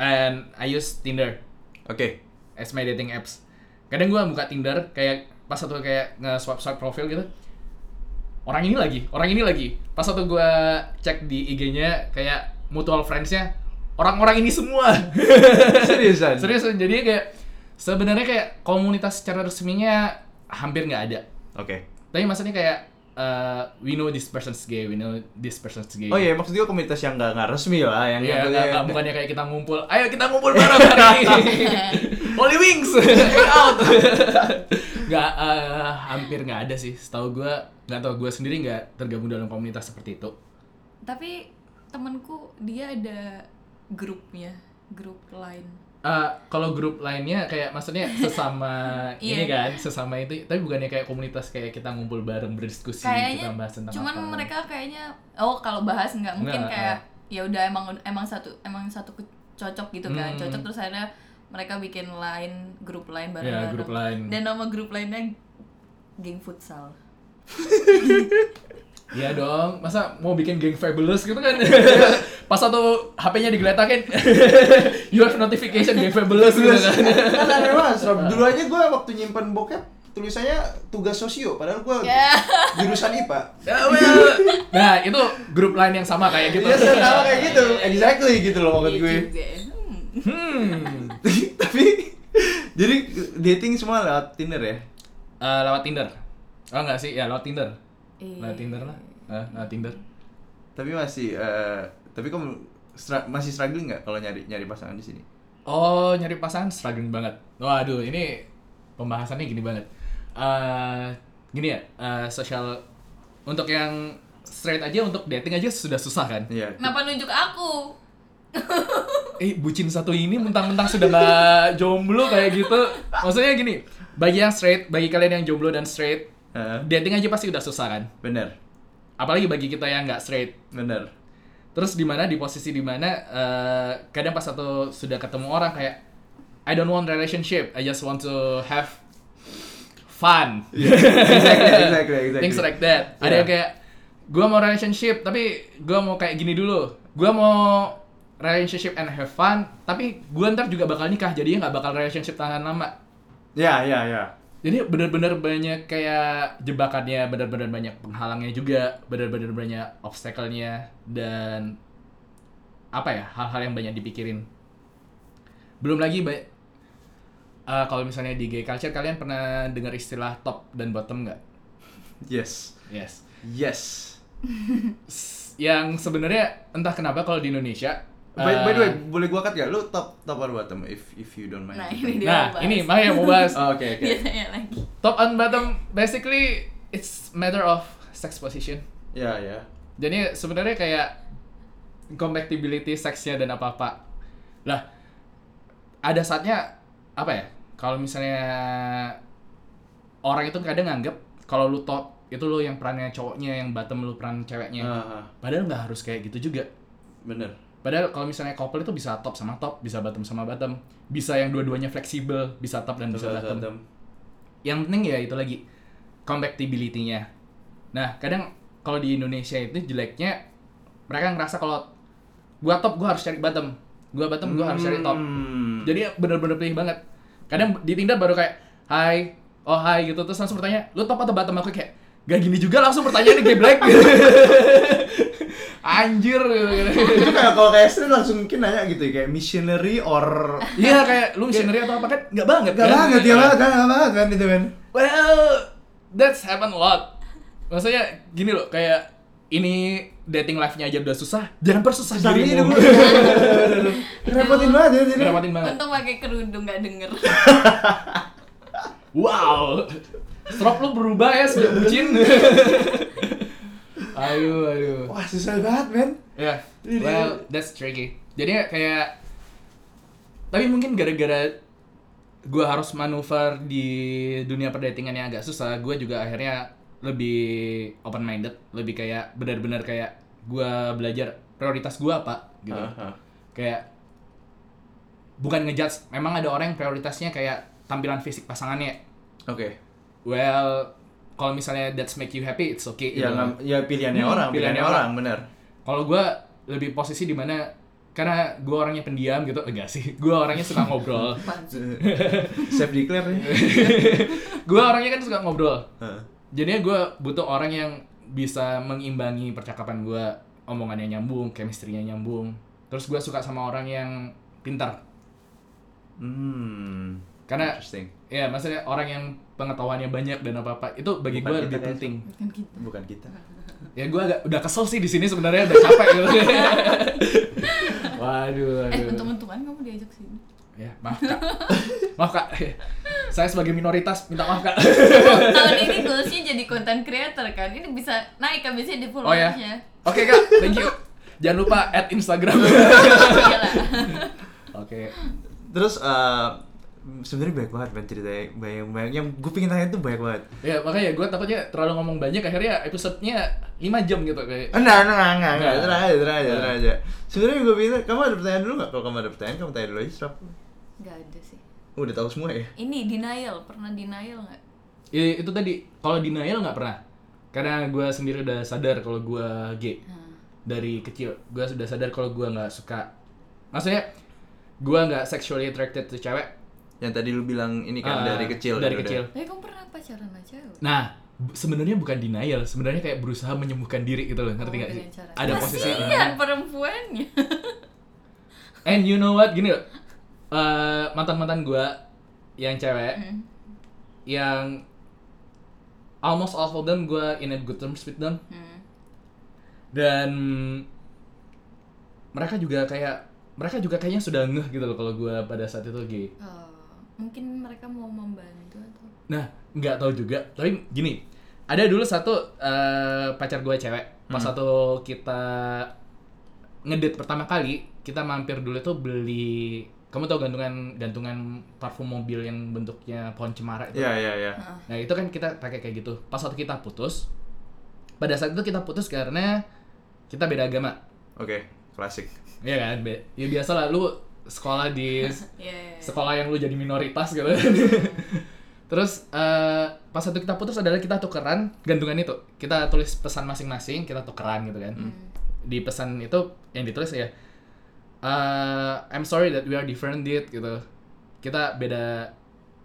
[SPEAKER 1] and I use Tinder
[SPEAKER 2] oke,
[SPEAKER 1] as my dating apps. Kadang gue buka Tinder kayak pas satu kayak nge swipe swipe profil gitu, orang ini lagi, orang ini lagi. Pas satu gue cek di IG-nya kayak mutual friends-nya orang-orang ini semua.
[SPEAKER 2] seriusan,
[SPEAKER 1] Serius, jadi kayak sebenarnya kayak komunitas secara resminya hampir nggak ada.
[SPEAKER 2] oke.
[SPEAKER 1] Tapi maksudnya kayak eh, we know this person's gay, we know this person's gay.
[SPEAKER 2] Oh iya maksud gue komunitas yang nggak nggak resmi lah,
[SPEAKER 1] Iya,
[SPEAKER 2] yang yang-
[SPEAKER 1] nggak-
[SPEAKER 2] yang-
[SPEAKER 1] nggak, bukannya kayak kita ngumpul. Ayo kita ngumpul bareng hari ini.
[SPEAKER 2] Iya.
[SPEAKER 1] Holy Wings, hang out. Nggak, eh, hampir nggak ada sih. Setahu gue, nggak tahu gue sendiri nggak tergabung dalam komunitas seperti itu.
[SPEAKER 3] tapi temanku dia ada grupnya grup lain
[SPEAKER 1] Eh, kalau grup lainnya kayak maksudnya sesama ini
[SPEAKER 3] Iya.
[SPEAKER 1] kan, sesama itu. Tapi bukannya kayak komunitas kayak kita ngumpul bareng berdiskusi, kita
[SPEAKER 3] kayaknya
[SPEAKER 1] bahas tentang
[SPEAKER 3] cuman
[SPEAKER 1] apa.
[SPEAKER 3] mereka kayaknya oh kalau bahas nggak mungkin
[SPEAKER 1] Nggak,
[SPEAKER 3] kayak ya udah emang emang satu emang satu ke- cocok gitu kan
[SPEAKER 1] Hmm.
[SPEAKER 3] cocok terus akhirnya mereka bikin lain grup lain bareng
[SPEAKER 1] ya grup lain.
[SPEAKER 3] dan nama grup lainnya geng futsal
[SPEAKER 1] Iya dong, masa mau bikin geng fabulous gitu kan? Pas satu HP-nya digeletakin, you have notification geng fabulous gitu
[SPEAKER 2] Serius.
[SPEAKER 1] kan?
[SPEAKER 2] kan aneh banget, Sob. Dulu aja gue waktu nyimpen bokep tulisannya tugas sosio, padahal gue
[SPEAKER 3] Ya.
[SPEAKER 2] jurusan IPA.
[SPEAKER 1] Ya, well. Nah itu grup lain yang sama kayak gitu.
[SPEAKER 2] Iya, sama kayak gitu, exactly gitu loh maksud
[SPEAKER 3] Iya
[SPEAKER 2] gue. iya,
[SPEAKER 3] juga ya. Hmm.
[SPEAKER 1] Hmm.
[SPEAKER 2] tapi Jadi dating semua lewat Tinder ya?
[SPEAKER 1] Eh, lewat Tinder. Oh enggak sih, ya lewat Tinder. Lewat
[SPEAKER 3] Iya.
[SPEAKER 1] Tinder lah. Eh, lewat Tinder.
[SPEAKER 2] Tapi masih eh, tapi kamu stra- masih struggling nggak kalau nyari nyari pasangan di sini?
[SPEAKER 1] Oh, nyari pasangan struggling banget. Waduh, ini pembahasannya gini banget. Eh gini ya, eh sosial untuk yang straight aja untuk dating aja sudah susah kan?
[SPEAKER 2] Iya.
[SPEAKER 3] Kenapa nunjuk aku?
[SPEAKER 1] Eh, bucin satu ini mentang-mentang sudah nggak jomblo kayak gitu. Maksudnya gini, bagi yang straight, bagi kalian yang jomblo dan straight,
[SPEAKER 2] Heeh.
[SPEAKER 1] dating aja pasti udah susah kan?
[SPEAKER 2] bener,
[SPEAKER 1] Apalagi bagi kita yang nggak straight.
[SPEAKER 2] bener.
[SPEAKER 1] Terus di mana di posisi di mana eh, kadang pas satu sudah ketemu orang kayak I don't want relationship, I just want to have fun.
[SPEAKER 2] Iya, exactly, exactly, exactly. Iya.
[SPEAKER 1] Things like that. Ada
[SPEAKER 2] Yeah.
[SPEAKER 1] yang kayak gua mau relationship tapi gua mau kayak gini dulu. Gua mau relationship and have fun, tapi gua ntar juga bakal nikah jadinya nggak bakal relationship tahan lama.
[SPEAKER 2] Ya, ya, ya.
[SPEAKER 1] Jadi bener-bener banyak kayak jebakannya, bener-bener banyak penghalangnya juga, bener-bener banyak obstacle-nya dan apa ya hal-hal yang banyak dipikirin. Belum lagi ba- eh, kalau misalnya di gay culture kalian pernah dengar istilah top dan bottom nggak?
[SPEAKER 2] Yes.
[SPEAKER 1] Yes.
[SPEAKER 2] Yes.
[SPEAKER 1] Yang sebenarnya entah kenapa kalau di Indonesia.
[SPEAKER 2] By, by the way,
[SPEAKER 1] eh,
[SPEAKER 2] boleh gua cut gak? Lu top top or bottom if if you don't mind.
[SPEAKER 3] Nah, ini dia
[SPEAKER 1] Nah
[SPEAKER 3] mau bahas.
[SPEAKER 1] ini makanya mau bahas
[SPEAKER 2] Oh, Oke, oke.
[SPEAKER 3] Dia tanya lagi.
[SPEAKER 1] top and bottom basically it's matter of sex position.
[SPEAKER 2] Ya, ya.
[SPEAKER 1] Jadi sebenarnya kayak compatibility seksnya dan apa-apa. Lah, ada saatnya apa ya? Kalau misalnya orang itu kadang nganggep kalau lu top itu lu yang perannya cowoknya, yang bottom lu peran ceweknya.
[SPEAKER 2] Ah, ah.
[SPEAKER 1] Padahal nggak harus kayak gitu juga.
[SPEAKER 2] bener.
[SPEAKER 1] Padahal kalau misalnya couple itu bisa top sama top, bisa bottom sama bottom, bisa yang dua-duanya fleksibel, bisa top dan bisa
[SPEAKER 2] Top,
[SPEAKER 1] bottom
[SPEAKER 2] bottom.
[SPEAKER 1] yang penting ya itu lagi compatibility-nya. Nah, kadang kalau di Indonesia itu jeleknya mereka ngerasa kalau gua top gua harus cari bottom, gua bottom gua harus cari top.
[SPEAKER 2] Hmm.
[SPEAKER 1] Jadi bener-bener pilih banget. Kadang di Tinder baru kayak hai, oh hai gitu terus langsung bertanya, "Lu top atau bottom?" Aku kayak Gak gini juga langsung pertanyaannya kayak black Anjir
[SPEAKER 2] itu kayak kalau kayak istri langsung mungkin nanya gitu ya, kayak missionary or
[SPEAKER 1] Iya kayak lu missionary atau apa kan Gak banget
[SPEAKER 2] Gak
[SPEAKER 1] kan?
[SPEAKER 2] banget ya banget kan, gak banget kan itu kan
[SPEAKER 1] Well, that's happened a lot. Maksudnya gini loh, kayak ini dating life-nya aja udah susah, jangan persusah
[SPEAKER 2] Tapi ini
[SPEAKER 1] dirimu.
[SPEAKER 2] gue repotin banget ya jadi
[SPEAKER 1] Ngerepotin banget.
[SPEAKER 3] Untung pakai kerudung nggak denger.
[SPEAKER 1] Wow. Strop lu berubah ya sejak bucin. aduh, aduh.
[SPEAKER 2] Wah susah banget men
[SPEAKER 1] Ya,
[SPEAKER 2] Iya.
[SPEAKER 1] well, that's tricky. Jadi kayak tapi mungkin gara-gara gua harus manuver di dunia perdatingan yang agak susah, gua juga akhirnya lebih open minded, lebih kayak benar-benar kayak gua belajar prioritas gua apa gitu. Kayak bukan ngejudge, memang ada orang yang prioritasnya kayak tampilan fisik pasangannya.
[SPEAKER 2] Oke
[SPEAKER 1] Well, kalau misalnya that's make you happy, it's okay.
[SPEAKER 2] ya,
[SPEAKER 1] gitu.
[SPEAKER 2] ngam- ya pilihannya
[SPEAKER 1] Hmm,
[SPEAKER 2] orang,
[SPEAKER 1] pilihannya
[SPEAKER 2] pilihannya
[SPEAKER 1] orang.
[SPEAKER 2] orang, bener
[SPEAKER 1] kalau gue lebih posisi di mana karena gue orangnya pendiam gitu enggak sih gue orangnya suka ngobrol
[SPEAKER 3] Kan
[SPEAKER 2] Safe declare nih
[SPEAKER 1] gue orangnya kan suka ngobrol
[SPEAKER 2] Heeh.
[SPEAKER 1] jadinya gue butuh orang yang bisa mengimbangi percakapan gue omongannya nyambung chemistry-nya nyambung terus gue suka sama orang yang pintar
[SPEAKER 2] Hmm
[SPEAKER 1] Karena-
[SPEAKER 2] Interesting
[SPEAKER 1] ya maksudnya orang yang pengetahuannya banyak dan apa apa itu bagi
[SPEAKER 2] Bukan
[SPEAKER 1] gue
[SPEAKER 2] kita,
[SPEAKER 1] lebih
[SPEAKER 2] guys.
[SPEAKER 1] penting
[SPEAKER 3] Bukan kita.
[SPEAKER 2] Bukan kita
[SPEAKER 1] ya gue agak udah kesel sih di sini sebenarnya udah capek gitu waduh,
[SPEAKER 3] Eh,
[SPEAKER 1] waduh.
[SPEAKER 3] untung-untungan kamu diajak sini.
[SPEAKER 1] Ya, maaf kak. maaf kak. Saya sebagai minoritas minta maaf kak.
[SPEAKER 3] Tahun ini goalsnya jadi content creator kan. Ini bisa naik habisnya di
[SPEAKER 1] Oh ya.
[SPEAKER 3] followersnya.
[SPEAKER 1] Oke kak, thank you. Jangan lupa add Instagram.
[SPEAKER 3] Iya lah.
[SPEAKER 1] Oke.
[SPEAKER 2] Terus eh, sebenarnya banyak banget men ceritanya Banyak-banyak yang gue pengen tanya tuh banyak banget
[SPEAKER 1] Ya makanya gue takutnya terlalu ngomong banyak akhirnya episode-nya 5 jam gitu kayak.
[SPEAKER 2] Oh, Enggak, enggak, enggak, enggak,
[SPEAKER 1] Enggak.
[SPEAKER 2] terang aja, terang aja,
[SPEAKER 1] Enggak.
[SPEAKER 2] terang aja Sebenernya gue pikir, kamu ada pertanyaan dulu nggak? Kalau kamu ada pertanyaan, kamu tanya dulu aja, Strap
[SPEAKER 3] Gak ada sih.
[SPEAKER 2] Udah tahu semua ya?
[SPEAKER 3] Ini denial, pernah denial nggak?
[SPEAKER 1] Ya, itu tadi kalau denial nggak pernah. Karena gue sendiri udah sadar kalau gue gay
[SPEAKER 3] Nah,
[SPEAKER 1] dari kecil. Gue sudah sadar kalau gue nggak suka. Maksudnya gue nggak sexually attracted to cewek.
[SPEAKER 2] Yang tadi lu bilang ini kan
[SPEAKER 1] Ah,
[SPEAKER 2] dari kecil
[SPEAKER 1] Dari
[SPEAKER 2] udah.
[SPEAKER 1] kecil.
[SPEAKER 3] tapi kamu pernah pacaran sama cewek?
[SPEAKER 1] Nah, bu- sebenarnya bukan denial, sebenarnya kayak berusaha menyembuhkan diri gitu loh, ngerti
[SPEAKER 3] Oh,
[SPEAKER 1] gak sih?
[SPEAKER 3] dengan cara- iya.
[SPEAKER 1] Ada posisi.
[SPEAKER 3] Kasihan perempuannya.
[SPEAKER 1] And you know what, gini loh. Eh, mantan-mantan gua yang cewek
[SPEAKER 3] Mm.
[SPEAKER 1] yang almost all of them gue in a good terms with them
[SPEAKER 3] Hmm.
[SPEAKER 1] dan mereka juga kayak mereka juga kayaknya sudah ngeh gitu loh kalau gue pada saat itu gay
[SPEAKER 3] Oh, mungkin mereka mau membantu atau
[SPEAKER 1] nah nggak tahu juga tapi gini ada dulu satu eh, pacar gue cewek pas
[SPEAKER 2] Hmm.
[SPEAKER 1] satu kita ngedate pertama kali kita mampir dulu tuh beli kamu tahu gantungan gantungan parfum mobil yang bentuknya pohon cemara itu
[SPEAKER 2] Iya, iya, iya.
[SPEAKER 1] Nah itu kan kita pakai kayak gitu. Pas waktu kita putus, pada saat itu kita putus karena kita beda agama,
[SPEAKER 2] Oke, klasik.
[SPEAKER 1] Iya kan? Be- ya biasa lah, lu sekolah di
[SPEAKER 3] Iya.
[SPEAKER 1] sekolah yang lu jadi minoritas gitu. Terus eh, pas waktu kita putus adalah kita tukeran gantungan itu. Kita tulis pesan masing-masing, kita tukeran gitu kan. Di pesan itu yang ditulis ya, eh, I'm sorry that we are different, dude, gitu. Kita beda,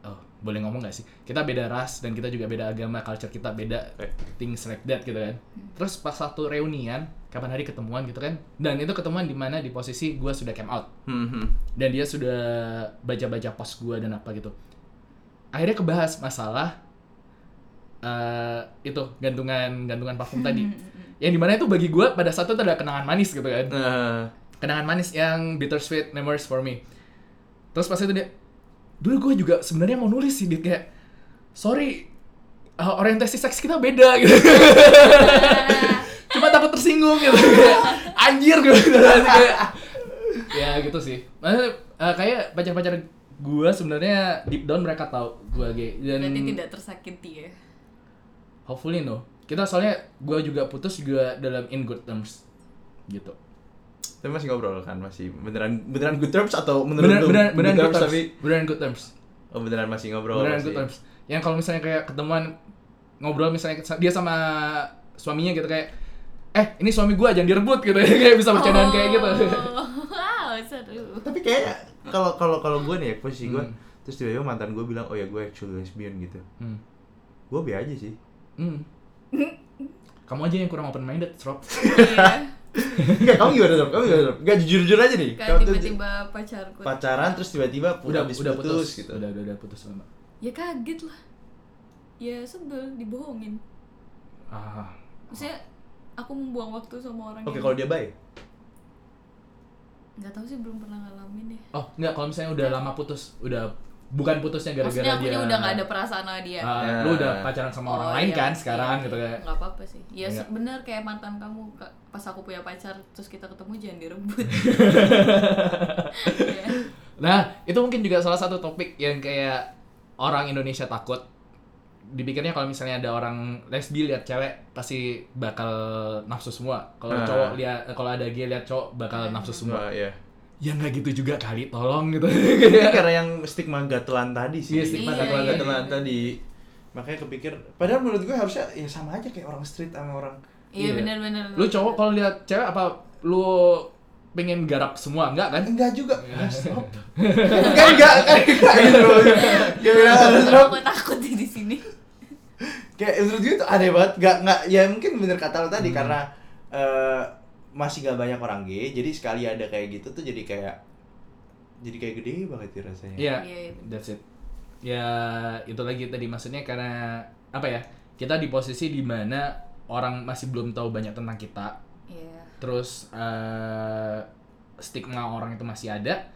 [SPEAKER 1] oh boleh ngomong gak sih? Kita beda ras dan kita juga beda agama, culture kita beda,
[SPEAKER 2] Eh.
[SPEAKER 1] things like that gitu kan. Terus pas satu reunian, kapan hari ketemuan gitu kan. Dan itu ketemuan di mana di posisi gue sudah came out
[SPEAKER 2] Hmm, hmm.
[SPEAKER 1] dan dia sudah baca-baca post gue dan apa gitu akhirnya kebahas masalah eh, itu gantungan gantungan parfum tadi yang dimana itu bagi gue pada saat itu ada kenangan manis gitu kan
[SPEAKER 2] Eh,
[SPEAKER 1] kenangan manis yang bittersweet memories for me terus pas itu dia dulu gue juga sebenarnya mau nulis sih dia kayak sorry eh, orientasi seks kita beda gitu cuma takut tersinggung gitu Kayak, anjir gue gitu. Kayak, ya gitu sih maksudnya eh, kayak pacar-pacar gue sebenarnya deep down mereka tahu gue gay dan
[SPEAKER 3] Berarti tidak tersakiti ya.
[SPEAKER 1] hopefully no kita soalnya gue juga putus juga dalam in good terms gitu
[SPEAKER 2] tapi masih ngobrol kan masih beneran beneran good terms atau menurut
[SPEAKER 1] benar
[SPEAKER 2] lu
[SPEAKER 1] benar benar
[SPEAKER 2] good terms, tapi
[SPEAKER 1] beneran good terms
[SPEAKER 2] oh, beneran masih ngobrol
[SPEAKER 1] beneran
[SPEAKER 2] masih.
[SPEAKER 1] good terms yang kalau misalnya kayak ketemuan ngobrol misalnya dia sama suaminya gitu kayak eh ini suami gue jangan direbut gitu kayak bisa bercandaan kayak gitu
[SPEAKER 3] Oh, Wow, seru.
[SPEAKER 2] tapi kayak kalau kalau kalau gue nih ya, posisi gue terus tiba-tiba mantan gue bilang oh ya gue actually lesbian gitu
[SPEAKER 1] Hmm.
[SPEAKER 2] gue be aja sih
[SPEAKER 1] Hmm. Kamu aja yang kurang open minded, Rob.
[SPEAKER 3] Iya.
[SPEAKER 2] Enggak, kamu gimana Rob? Kamu gimana Rob? Enggak jujur-jujur aja nih.
[SPEAKER 3] Kayak
[SPEAKER 2] Kamu tuh
[SPEAKER 3] tiba-tiba pacarku.
[SPEAKER 2] pacaran terus tiba-tiba
[SPEAKER 1] Udah
[SPEAKER 2] habis
[SPEAKER 1] udah putus,
[SPEAKER 2] gitu.
[SPEAKER 1] Udah udah, udah putus sama.
[SPEAKER 3] Ya kaget lah. Ya sebel dibohongin.
[SPEAKER 1] Ah.
[SPEAKER 3] Maksudnya aku membuang waktu sama orang
[SPEAKER 2] Oke,
[SPEAKER 3] yang-
[SPEAKER 2] kalau dia baik.
[SPEAKER 3] nggak tahu sih belum pernah ngalamin ya.
[SPEAKER 1] Oh, enggak kalau misalnya udah lama putus, udah bukan putusnya gara-gara
[SPEAKER 3] Maksudnya aku
[SPEAKER 1] dia.
[SPEAKER 3] dia udah nggak ada perasaan sama dia.
[SPEAKER 1] Ah,
[SPEAKER 2] Ya.
[SPEAKER 1] lu udah pacaran sama orang
[SPEAKER 3] Oh,
[SPEAKER 1] lain
[SPEAKER 3] iya,
[SPEAKER 1] kan
[SPEAKER 3] iya,
[SPEAKER 1] sekarang
[SPEAKER 3] iya.
[SPEAKER 1] gitu kayak.
[SPEAKER 3] nggak apa-apa sih ya
[SPEAKER 1] Iya.
[SPEAKER 3] se- bener kayak mantan kamu Kak. pas aku punya pacar terus kita ketemu jangan direbut Iya.
[SPEAKER 1] Nah, itu mungkin juga salah satu topik yang kayak orang Indonesia takut. Dipikirnya kalau misalnya ada orang lesbi lihat cewek pasti bakal nafsu semua. Kalau
[SPEAKER 2] Ah.
[SPEAKER 1] cowok lihat kalau ada gay lihat cowok bakal
[SPEAKER 3] Nah,
[SPEAKER 1] nafsu semua.
[SPEAKER 2] Enggak, ya.
[SPEAKER 1] Ya nggak gitu juga kali, tolong gitu.
[SPEAKER 2] Ini karena yang stigma gatelan tadi sih.
[SPEAKER 1] Iya, stigma
[SPEAKER 2] gatelan,
[SPEAKER 3] Iya, iya,
[SPEAKER 2] gatelan
[SPEAKER 3] iya.
[SPEAKER 2] tadi. Makanya kepikir, padahal menurut gue harusnya ya sama aja kayak orang street sama orang
[SPEAKER 3] iya
[SPEAKER 1] Iya.
[SPEAKER 3] bener-bener
[SPEAKER 1] lu cowok kalau lihat cewek apa lu pengen garap semua enggak kan
[SPEAKER 2] enggak juga. Ah, stop. Enggak, enggak, enggak. gitu. Gimana, harus, Rob?
[SPEAKER 3] aku takut di di sini
[SPEAKER 2] kayak menurut gue itu aneh banget nggak nggak ya mungkin bener kata lo tadi karena eh, masih nggak banyak orang gay jadi sekali ada kayak gitu tuh jadi kayak jadi kayak gede banget sih rasanya
[SPEAKER 1] Iya,
[SPEAKER 3] Iya, iya, bener.
[SPEAKER 1] that's it ya itu lagi tadi maksudnya karena apa ya kita di posisi di mana orang masih belum tahu banyak tentang kita
[SPEAKER 3] iya
[SPEAKER 1] terus eh, stigma orang itu masih ada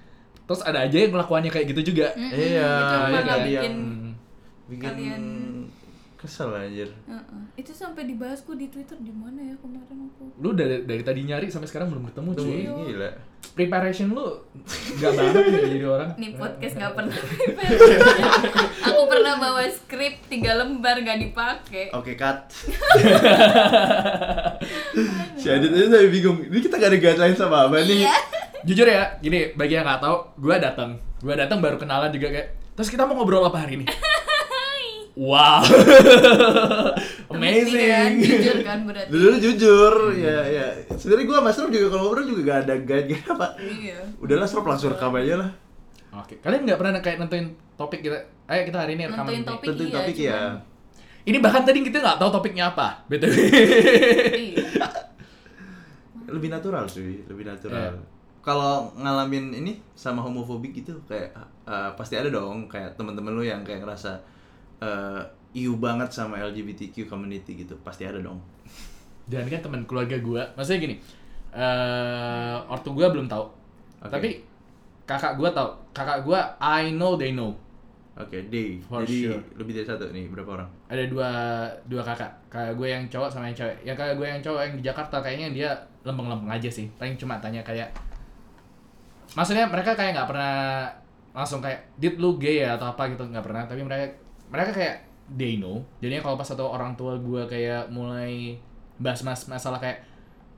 [SPEAKER 1] terus ada aja yang kelakuannya kayak gitu juga
[SPEAKER 3] Mm-mm,
[SPEAKER 2] Iya,
[SPEAKER 3] itu
[SPEAKER 2] iya,
[SPEAKER 3] emang nggak
[SPEAKER 2] iya.
[SPEAKER 3] bikin
[SPEAKER 1] Hmm.
[SPEAKER 2] bikin
[SPEAKER 3] Kalian-
[SPEAKER 2] kesel anjir
[SPEAKER 3] Heeh. itu sampai dibahas kok di twitter di mana ya kemarin aku
[SPEAKER 1] lu dari, dari tadi nyari sampai sekarang belum ketemu
[SPEAKER 2] Tuh,
[SPEAKER 1] cuy
[SPEAKER 2] gila
[SPEAKER 1] preparation lu nggak banget ya jadi orang
[SPEAKER 3] nih podcast nggak pernah prepare. aku pernah bawa skrip tiga lembar nggak
[SPEAKER 1] Oh,
[SPEAKER 3] dipakai
[SPEAKER 2] oke cut si Adit aja saya bingung ini kita gak ada guideline sama apa nih
[SPEAKER 3] Iya.
[SPEAKER 1] jujur ya gini bagi yang nggak tahu gue datang gue datang baru kenalan juga kayak terus kita mau ngobrol apa hari ini wow
[SPEAKER 3] Terbukti kan,
[SPEAKER 1] amazing
[SPEAKER 3] jujur kan berarti
[SPEAKER 2] dulu jujur
[SPEAKER 1] Hmm.
[SPEAKER 2] ya ya sebenarnya gue sama Srop juga kalau ngobrol juga gak ada guide guide apa
[SPEAKER 3] iya
[SPEAKER 2] udahlah Srop langsung rekam aja lah
[SPEAKER 1] oke kalian nggak pernah kayak nentuin topik kita ayo kita hari ini rekaman
[SPEAKER 3] Nentuin
[SPEAKER 1] ini.
[SPEAKER 3] topik.
[SPEAKER 2] tentuin
[SPEAKER 3] iya,
[SPEAKER 2] topik
[SPEAKER 3] cuman-
[SPEAKER 2] ya
[SPEAKER 1] ini bahkan tadi kita nggak tahu topiknya apa btw
[SPEAKER 3] Iya.
[SPEAKER 2] lebih natural sih lebih natural
[SPEAKER 1] Iya.
[SPEAKER 2] kalau ngalamin ini sama homofobik gitu kayak eh, pasti ada dong kayak teman-teman lu yang kayak ngerasa eh iu banget sama LGBTQ community gitu pasti ada dong
[SPEAKER 1] dan kan teman keluarga gua maksudnya gini eh ortu gua belum tahu
[SPEAKER 2] Oke.
[SPEAKER 1] tapi kakak gua tahu kakak gua I know they know
[SPEAKER 2] oke D
[SPEAKER 1] For
[SPEAKER 2] jadi
[SPEAKER 1] sure.
[SPEAKER 2] lebih dari satu nih berapa orang
[SPEAKER 1] ada dua dua kakak kakak gue yang cowok sama yang cewek yang kakak gue yang cowok yang di Jakarta kayaknya dia lempeng-lempeng aja sih paling cuma tanya kayak maksudnya mereka kayak nggak pernah langsung kayak dit lu gay ya atau apa gitu nggak pernah tapi mereka mereka kayak they know jadinya kalau pas atau orang tua gue kayak mulai bahas mas masalah kayak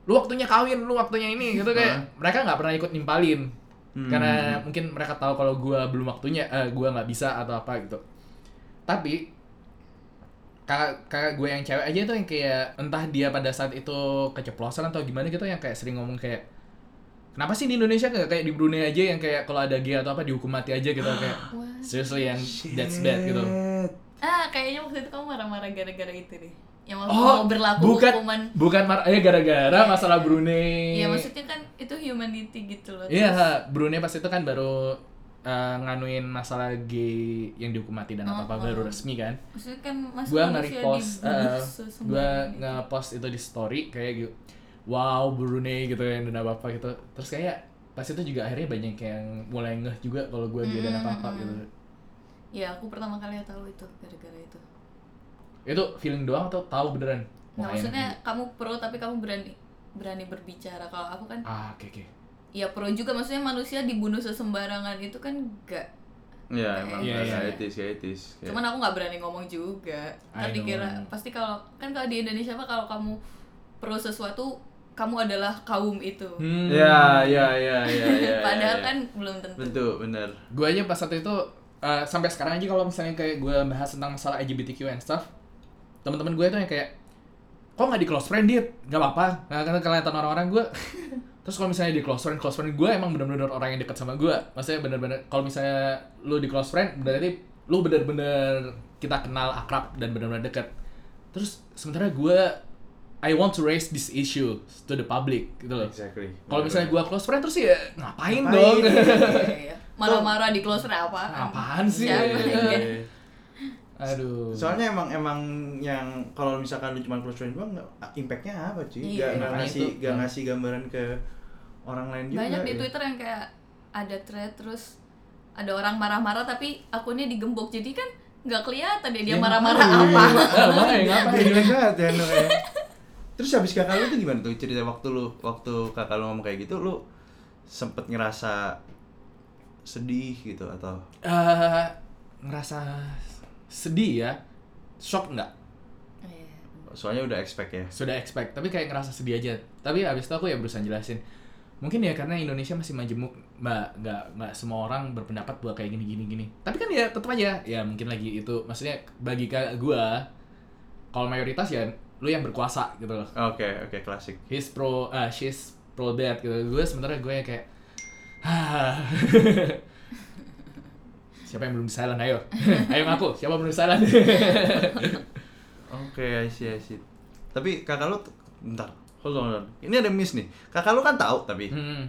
[SPEAKER 1] lu waktunya kawin lu waktunya ini gitu kayak mereka nggak pernah ikut nimpalin
[SPEAKER 2] Hmm.
[SPEAKER 1] karena mungkin mereka tahu kalau gue belum waktunya eh, gue nggak bisa atau apa gitu tapi kakak kakak gue yang cewek aja tuh yang kayak entah dia pada saat itu keceplosan atau gimana gitu yang kayak sering ngomong kayak kenapa sih di Indonesia nggak kayak di Brunei aja yang kayak kalau ada gay atau apa dihukum mati aja gitu kayak
[SPEAKER 3] Wah.
[SPEAKER 1] seriously yang that's bad gitu
[SPEAKER 2] Shit.
[SPEAKER 3] Ah, kayaknya waktu itu kamu marah-marah gara-gara itu deh. Yang waktu
[SPEAKER 1] oh
[SPEAKER 3] kamu berlaku
[SPEAKER 1] bukan
[SPEAKER 3] hukuman.
[SPEAKER 1] bukan mar eh gara-gara masalah Brunei
[SPEAKER 3] Iya, maksudnya kan itu humanity gitu loh.
[SPEAKER 1] Iya, Brunei pas itu kan baru eh, nganuin masalah gay yang dihukum mati dan apa apa
[SPEAKER 3] Oh,
[SPEAKER 1] baru
[SPEAKER 3] oh.
[SPEAKER 1] resmi kan
[SPEAKER 3] Maksudnya kan masih
[SPEAKER 1] gue
[SPEAKER 3] manusia
[SPEAKER 1] nge-repost eh,
[SPEAKER 3] dibunuh sesembarangan
[SPEAKER 1] gua
[SPEAKER 3] gitu.
[SPEAKER 1] nge-post itu di story kayak gitu wow Brunei gitu ya dan apa apa gitu terus kayak pas itu juga akhirnya banyak yang mulai ngeh juga kalau gue gay dan apa apa gitu
[SPEAKER 3] Iya, aku pertama kali tahu itu gara-gara itu.
[SPEAKER 1] itu feeling doang atau tahu beneran
[SPEAKER 3] Nah,
[SPEAKER 1] Wah,
[SPEAKER 3] maksudnya
[SPEAKER 1] enak.
[SPEAKER 3] kamu pro tapi kamu berani berani berbicara. Kalau aku kan
[SPEAKER 1] ah oke oke
[SPEAKER 3] ya pro juga maksudnya manusia dibunuh sesembarangan itu kan enggak.
[SPEAKER 2] ya emang
[SPEAKER 1] Iya,
[SPEAKER 2] yeah,
[SPEAKER 1] iya.
[SPEAKER 2] etis gak etis Kayak-
[SPEAKER 3] Cuman aku nggak berani ngomong juga.
[SPEAKER 1] I
[SPEAKER 3] Tapi dikira
[SPEAKER 1] know.
[SPEAKER 3] pasti kalau kan kalau di Indonesia mah kalau kamu pro sesuatu kamu adalah kaum itu.
[SPEAKER 1] hmm. Iya,
[SPEAKER 2] ya ya ya ya ya ya,
[SPEAKER 3] Padahal
[SPEAKER 2] ya.
[SPEAKER 3] kan belum tentu.
[SPEAKER 2] betul benar
[SPEAKER 1] gue aja pas waktu itu eh, sampai sekarang aja kalau misalnya kayak gue bahas tentang masalah LGBTQ and stuff teman-teman gue tuh yang kayak kok nggak di close friend dit nggak apa-apa nah, karena kelihatan orang-orang gue terus kalau misalnya di close friend close friend gue emang bener-bener orang yang dekat sama gue maksudnya bener-bener kalau misalnya lu di close friend berarti lu bener-bener kita kenal akrab dan bener-bener dekat terus sementara gue I want to raise this issue to the public gitu loh
[SPEAKER 2] exactly
[SPEAKER 1] kalau misalnya gue close friend terus ya ngapain,
[SPEAKER 2] Ngapain?
[SPEAKER 1] dong
[SPEAKER 3] Iya, iya. Marah-marah di close friend apa?
[SPEAKER 1] Apaan sih?
[SPEAKER 3] Siapa yang
[SPEAKER 1] Iya.
[SPEAKER 3] kayak-
[SPEAKER 1] aduh
[SPEAKER 2] soalnya emang emang yang kalau misalkan lu cuma close friend doang nggak- impactnya apa cuy gak, gak
[SPEAKER 3] Iya.
[SPEAKER 1] Makanya
[SPEAKER 2] ngasih
[SPEAKER 1] itu.
[SPEAKER 2] gak ngasih gambaran ke orang lain juga
[SPEAKER 3] Banyak di
[SPEAKER 2] ya.
[SPEAKER 3] Twitter yang kayak ada thread terus ada orang marah-marah tapi akunnya digembok. Jadi kan nggak kelihatan ya
[SPEAKER 1] Ya,
[SPEAKER 3] dia marah-marah
[SPEAKER 1] ngapain?
[SPEAKER 3] apa.
[SPEAKER 1] Ah, makanya ngapain?
[SPEAKER 2] Jadi banget ya Nur, ya. terus habis kakak lu tuh gimana tuh cerita waktu lu waktu kakak lu ngomong kayak gitu lu sempet ngerasa sedih gitu atau
[SPEAKER 1] Eh, ngerasa sedih ya shock nggak
[SPEAKER 3] Iya.
[SPEAKER 2] soalnya udah expect ya
[SPEAKER 1] sudah expect tapi kayak ngerasa sedih aja tapi abis itu aku ya berusaha jelasin mungkin ya karena Indonesia masih majemuk mbak nggak nggak semua orang berpendapat buat kayak gini gini gini tapi kan ya tetap aja ya mungkin lagi itu maksudnya bagi ka- gua kalau mayoritas ya lu yang berkuasa gitu loh
[SPEAKER 2] oke oke klasik
[SPEAKER 1] he's pro ah she's pro that gitu gue sementara gue yang kayak "Hah." siapa yang belum di silent ayo ayo ngaku siapa belum di silent
[SPEAKER 2] Oke, I see, I see. Tapi kakak lu t- bentar, hold on, hold on. Ini ada miss nih. Kakak lu kan tahu tapi.
[SPEAKER 1] Hmm.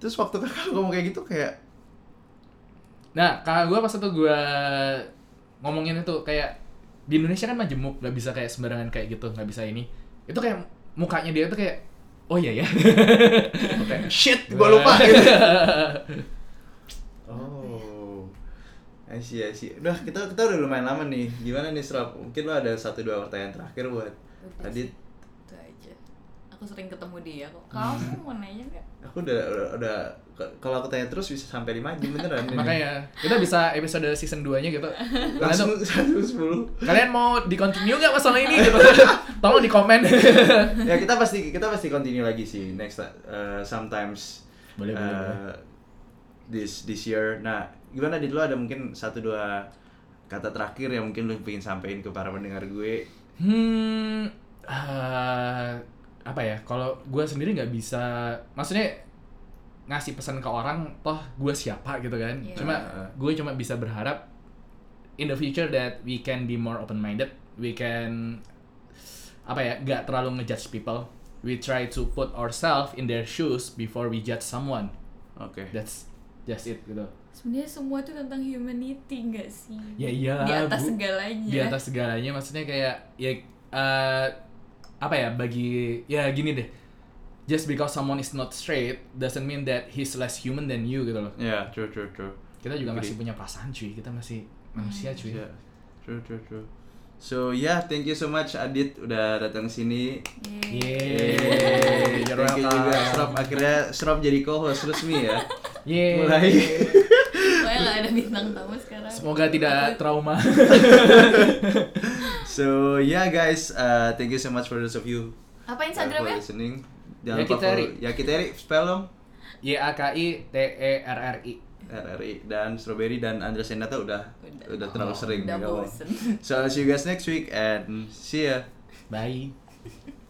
[SPEAKER 2] Terus waktu kakak lu ngomong kayak gitu kayak
[SPEAKER 1] nah kakak gue pas itu gue ngomongin itu kayak di Indonesia kan majemuk nggak bisa kayak sembarangan kayak gitu nggak bisa ini itu kayak mukanya dia tuh kayak oh iya ya
[SPEAKER 2] kayak shit, gua lupa gitu. Oh. I see, I see. Udah, kita kita udah lumayan lama nih. Gimana nih, Srop? Mungkin lu ada satu dua pertanyaan terakhir buat
[SPEAKER 3] Udah
[SPEAKER 2] Adit.
[SPEAKER 3] sih. Itu aja. Aku sering ketemu dia kok. Kamu mau nanya nggak?
[SPEAKER 2] Aku udah udah, udah k- kalau aku tanya terus bisa sampai 5 jam beneran ini.
[SPEAKER 1] makanya kita bisa episode season 2 nya gitu Karena tuh
[SPEAKER 2] langsung 110.
[SPEAKER 1] kalian mau di continue nggak masalah ini gitu tolong di komen
[SPEAKER 2] ya kita pasti kita pasti continue lagi sih next uh, sometimes
[SPEAKER 1] Boleh,
[SPEAKER 2] uh,
[SPEAKER 1] boleh, boleh.
[SPEAKER 2] this this year nah gimana di lo ada mungkin satu dua kata terakhir yang mungkin lu pengen sampein ke para pendengar gue
[SPEAKER 1] hmm eh, apa ya kalau gue sendiri nggak bisa maksudnya ngasih pesan ke orang toh gue siapa gitu kan
[SPEAKER 3] Iya.
[SPEAKER 1] cuma gue cuma bisa berharap in the future that we can be more open minded we can apa ya nggak terlalu ngejudge people we try to put ourselves in their shoes before we judge someone
[SPEAKER 2] Oke.
[SPEAKER 1] That's just it gitu.
[SPEAKER 3] Sebenarnya semua itu tentang humanity nggak sih?
[SPEAKER 1] Ya iyalah,
[SPEAKER 3] Di atas
[SPEAKER 1] Bu.
[SPEAKER 3] segalanya.
[SPEAKER 1] Di atas segalanya maksudnya kayak ya eh, apa ya bagi ya gini deh. Just because someone is not straight doesn't mean that he's less human than you gitu loh.
[SPEAKER 2] Ya, true true true.
[SPEAKER 1] Kita juga
[SPEAKER 2] Agree. Iya.
[SPEAKER 1] masih punya perasaan cuy, kita masih manusia cuy.
[SPEAKER 2] Yeah. Ya. True true true. So yeah, thank you so much Adit udah datang ke sini.
[SPEAKER 1] Yeay,
[SPEAKER 3] Yeay.
[SPEAKER 1] you're
[SPEAKER 2] Thank you juga Srop
[SPEAKER 1] welcome.
[SPEAKER 2] akhirnya Srop jadi co-host resmi ya.
[SPEAKER 1] Yeay.
[SPEAKER 2] Mulai.
[SPEAKER 3] Pokoknya nggak ada bintang tamu sekarang.
[SPEAKER 1] Semoga tidak trauma.
[SPEAKER 2] So yeah guys, uh, thank you so much for those of you for
[SPEAKER 3] Apa Instagramnya?
[SPEAKER 2] listening. Jangan lupa
[SPEAKER 1] Yakiteri.
[SPEAKER 2] follow Yakiteri spell dong.
[SPEAKER 1] Y A K I T E R R I.
[SPEAKER 2] RRI dan Strawberry dan Andres Senata udah udah,
[SPEAKER 3] Udah.
[SPEAKER 2] terlalu sering
[SPEAKER 3] Udah
[SPEAKER 2] ngomong.
[SPEAKER 3] bosen.
[SPEAKER 2] So I'll see you guys next week and see ya.
[SPEAKER 1] Bye.